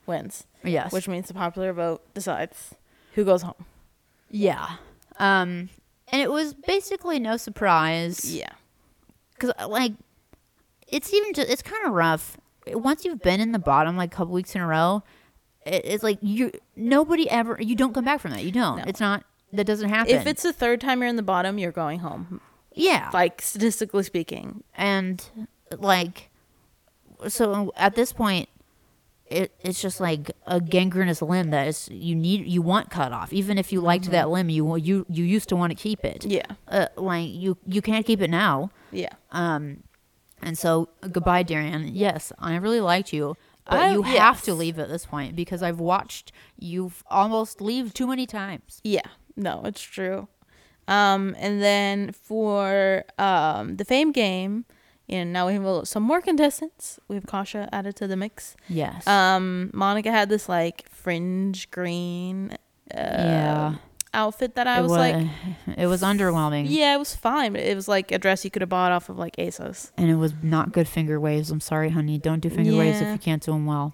Speaker 1: wins,
Speaker 2: yes,
Speaker 1: which means the popular vote decides who goes home.
Speaker 2: yeah. Um, and it was basically no surprise.
Speaker 1: Yeah,
Speaker 2: because uh, like it's even just it's kind of rough once you've been in the bottom like a couple weeks in a row it, it's like you nobody ever you don't come back from that you don't
Speaker 1: No.
Speaker 2: it's not that doesn't happen
Speaker 1: if it's the third time you're in the bottom, you're going home.
Speaker 2: yeah
Speaker 1: Like statistically speaking,
Speaker 2: and like so at this point it, it's just like a gangrenous limb that is you need you want cut off even if you liked that limb you wa- you you used to want to keep it
Speaker 1: Mm-hmm. yeah,
Speaker 2: uh, like you you can't keep it now
Speaker 1: yeah.
Speaker 2: Um, and so uh, goodbye, Darian. Yes, I really liked you, but
Speaker 1: I-
Speaker 2: you have
Speaker 1: yes.
Speaker 2: to leave at this point because I've watched you almost leave too many times.
Speaker 1: Yeah, no, it's true. Um, and then for um the Fame game, you know, now we have some more contestants. We have Kasha added to the mix.
Speaker 2: Yes.
Speaker 1: Um, Monica had this like fringe green, uh,
Speaker 2: Yeah.
Speaker 1: outfit that I
Speaker 2: it
Speaker 1: was, like,
Speaker 2: it was underwhelming.
Speaker 1: yeah, it was fine. but It was like a dress you could have bought off of like ASOS.
Speaker 2: And it was not good finger waves. I'm sorry, honey. Don't do finger waves if
Speaker 1: Yeah.
Speaker 2: you can't do them well.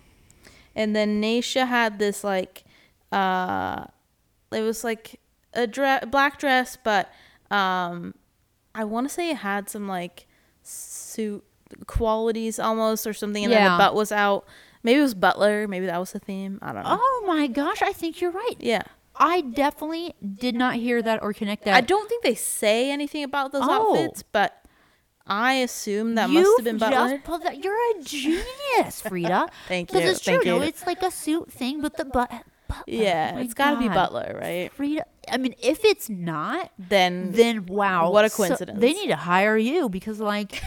Speaker 1: And then Naisha had this like, uh, it was like a dress, black dress, but um, I want to say it had some like suit qualities almost or something, and then
Speaker 2: Yeah.
Speaker 1: the butt was out. Maybe it was Butler. Maybe that was the theme. I don't know.
Speaker 2: Oh my gosh, I think you're right.
Speaker 1: Yeah.
Speaker 2: I definitely did not hear that or connect that.
Speaker 1: I don't think they say anything about those
Speaker 2: Oh.
Speaker 1: outfits, but I assume that
Speaker 2: You've
Speaker 1: must have been Butler.
Speaker 2: Just pulled that. You're a genius, Frida.
Speaker 1: Thank
Speaker 2: Because
Speaker 1: you,
Speaker 2: it's true.
Speaker 1: thank
Speaker 2: no,
Speaker 1: you.
Speaker 2: it's like a suit thing, but the butt. Butler.
Speaker 1: yeah,
Speaker 2: my
Speaker 1: it's got to be
Speaker 2: God.
Speaker 1: Butler, right?
Speaker 2: Frida. I mean, if it's not,
Speaker 1: Then,
Speaker 2: then wow,
Speaker 1: Mm-hmm. What a
Speaker 2: So
Speaker 1: coincidence.
Speaker 2: they need to hire you because like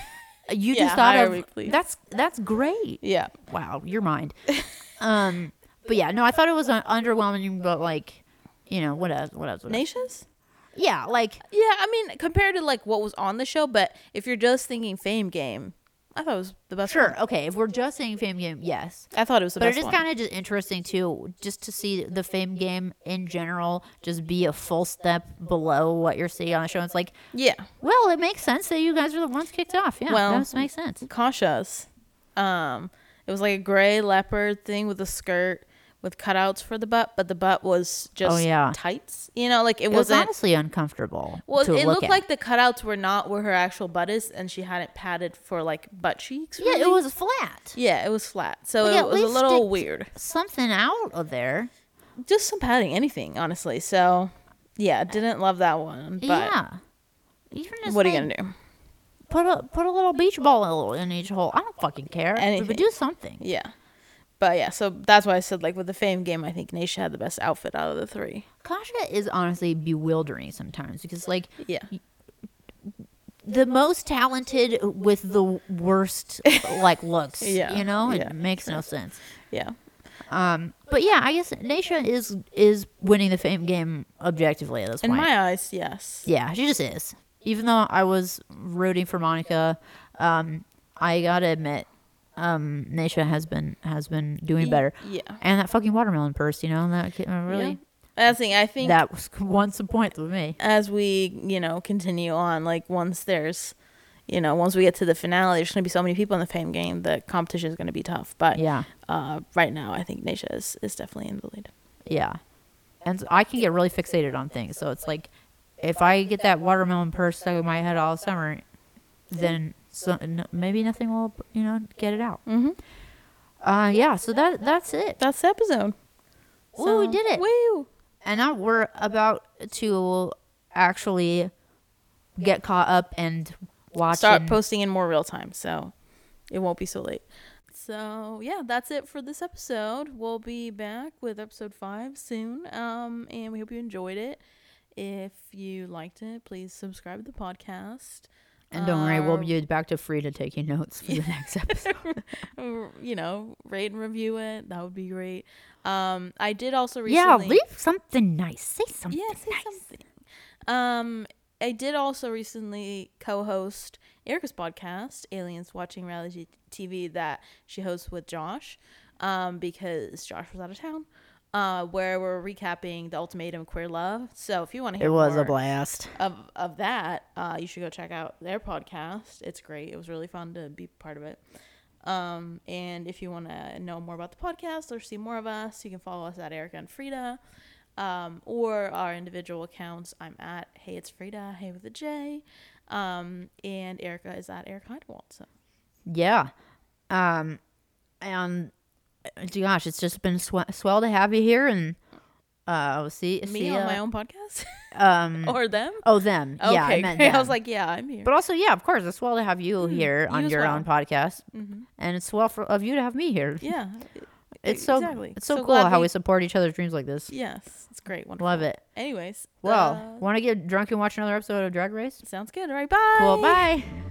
Speaker 2: you
Speaker 1: Yeah,
Speaker 2: just thought
Speaker 1: hire
Speaker 2: of
Speaker 1: Weekly.
Speaker 2: that's that's great.
Speaker 1: yeah,
Speaker 2: Wow, your mind. um, but yeah, no, I thought it was un- underwhelming, but like, you know, what else? What else? What else?
Speaker 1: Nations.
Speaker 2: Yeah, like
Speaker 1: Yeah, I mean, compared to like what was on the show, but if you're just thinking Fame Game, I thought it was the best.
Speaker 2: sure,
Speaker 1: one.
Speaker 2: okay. If we're just saying fame game, yes.
Speaker 1: I thought it was the
Speaker 2: But it
Speaker 1: best
Speaker 2: is
Speaker 1: one.
Speaker 2: kind of just interesting too, just to see the fame game in general just be a full step below what you're seeing on the show. It's like,
Speaker 1: yeah,
Speaker 2: well, it makes sense that you guys are the ones kicked off. Yeah,
Speaker 1: Well,
Speaker 2: that does make sense.
Speaker 1: cautious. Um, it was like a gray leopard thing with a skirt with cutouts for the butt, but the butt was just
Speaker 2: Oh, yeah.
Speaker 1: tights. You know, like it,
Speaker 2: It was
Speaker 1: wasn't.
Speaker 2: honestly uncomfortable.
Speaker 1: Well,
Speaker 2: to
Speaker 1: it looked
Speaker 2: look at.
Speaker 1: like the cutouts were not where her actual butt is, and she hadn't padded for like butt cheeks.
Speaker 2: yeah, it
Speaker 1: really.
Speaker 2: was flat.
Speaker 1: Yeah, it was flat, so
Speaker 2: Well, yeah,
Speaker 1: it
Speaker 2: at
Speaker 1: was a
Speaker 2: least
Speaker 1: little
Speaker 2: it-
Speaker 1: weird.
Speaker 2: Something out of there.
Speaker 1: Just some padding, anything, honestly. So, yeah, didn't love that one. But
Speaker 2: yeah. Even just
Speaker 1: what are you
Speaker 2: like,
Speaker 1: gonna do?
Speaker 2: Put a put a little beach ball in each hole. I don't fucking care.
Speaker 1: Anything.
Speaker 2: But do something.
Speaker 1: Yeah, but yeah, so that's why I said like with the fame game, I think Naisha had the best outfit out of the three.
Speaker 2: Kasha is honestly bewildering sometimes because like
Speaker 1: Yeah,
Speaker 2: the most talented with the worst like looks.
Speaker 1: Yeah,
Speaker 2: You know?
Speaker 1: yeah,
Speaker 2: it makes no sense.
Speaker 1: yeah,
Speaker 2: Um but yeah, I guess Naisha is is winning the fame game objectively at this
Speaker 1: in
Speaker 2: point.
Speaker 1: my eyes, yes.
Speaker 2: yeah, she just is. even though I was rooting for Monica, um, I gotta admit, um, Nisha has been has been doing better.
Speaker 1: Yeah.
Speaker 2: And that fucking watermelon purse, you know, and that kid, uh, really
Speaker 1: That's the thing. I think
Speaker 2: that was once a point with me.
Speaker 1: as we you know continue on like once there's you know once we get to the finale there's going to be so many people in the fame game the competition is going to be tough but
Speaker 2: Yeah,
Speaker 1: uh, right now i think nisha is, is definitely in the lead
Speaker 2: yeah. And so I can get really fixated on things, so it's like, if I get that watermelon purse stuck in my head all summer, then so n- maybe nothing will, you know, get it out.
Speaker 1: mm-hmm.
Speaker 2: Uh, yeah. So that that's it.
Speaker 1: that's the episode
Speaker 2: Ooh, we did it.
Speaker 1: woo
Speaker 2: And now we're about to actually get caught up and watch.
Speaker 1: start
Speaker 2: and-
Speaker 1: posting in more real time so it won't be so late so yeah that's it for this episode we'll be back with episode five soon um and we hope you enjoyed it if you liked it please subscribe to the podcast
Speaker 2: and don't worry, we'll
Speaker 1: Uh,
Speaker 2: be back to Frida taking notes for the next episode.
Speaker 1: r- you know, rate and review it. That would be great. Um, I did also
Speaker 2: yeah,
Speaker 1: recently.
Speaker 2: leave something nice. Say something.
Speaker 1: Yeah, say something. Um, I did also recently co-host Erica's podcast, Aliens Watching Reality TV, that she hosts with Josh, um, because Josh was out of town. Uh, where we're recapping the ultimatum queer love. So if you want to hear
Speaker 2: It was
Speaker 1: more,
Speaker 2: a blast.
Speaker 1: of of that, uh, you should go check out their podcast. It's great. It was really fun to be part of it. Um, and if you want to know more about the podcast or see more of us, you can follow us at Erica and Frida, um, or our individual accounts. I'm at Hey It's Frida, Hey with a J, um, and Erica is at Eric Heidewald. So
Speaker 2: Yeah. Um, and uh, gosh, it's just been sw- swell to have you here, and uh, we'll see.
Speaker 1: me
Speaker 2: see
Speaker 1: on
Speaker 2: ya.
Speaker 1: my own podcast
Speaker 2: Um,
Speaker 1: or them?
Speaker 2: oh them.
Speaker 1: Okay,
Speaker 2: yeah, I meant
Speaker 1: great. I
Speaker 2: them.
Speaker 1: was like, yeah, I'm here.
Speaker 2: But also, yeah, of course, it's swell to have you here
Speaker 1: Mm, you
Speaker 2: on
Speaker 1: as
Speaker 2: your
Speaker 1: well. Mm-hmm.
Speaker 2: own podcast, and it's swell for, of you to have me here.
Speaker 1: yeah,
Speaker 2: It's so
Speaker 1: exactly.
Speaker 2: it's so,
Speaker 1: So
Speaker 2: cool
Speaker 1: glad
Speaker 2: how
Speaker 1: we-
Speaker 2: we support each other's dreams like this.
Speaker 1: yes, it's great. Wonderful.
Speaker 2: Love it.
Speaker 1: Anyways,
Speaker 2: Well,
Speaker 1: uh,
Speaker 2: want to get drunk and watch another episode of Drag Race?
Speaker 1: sounds good. All right, bye.
Speaker 2: Cool. Bye.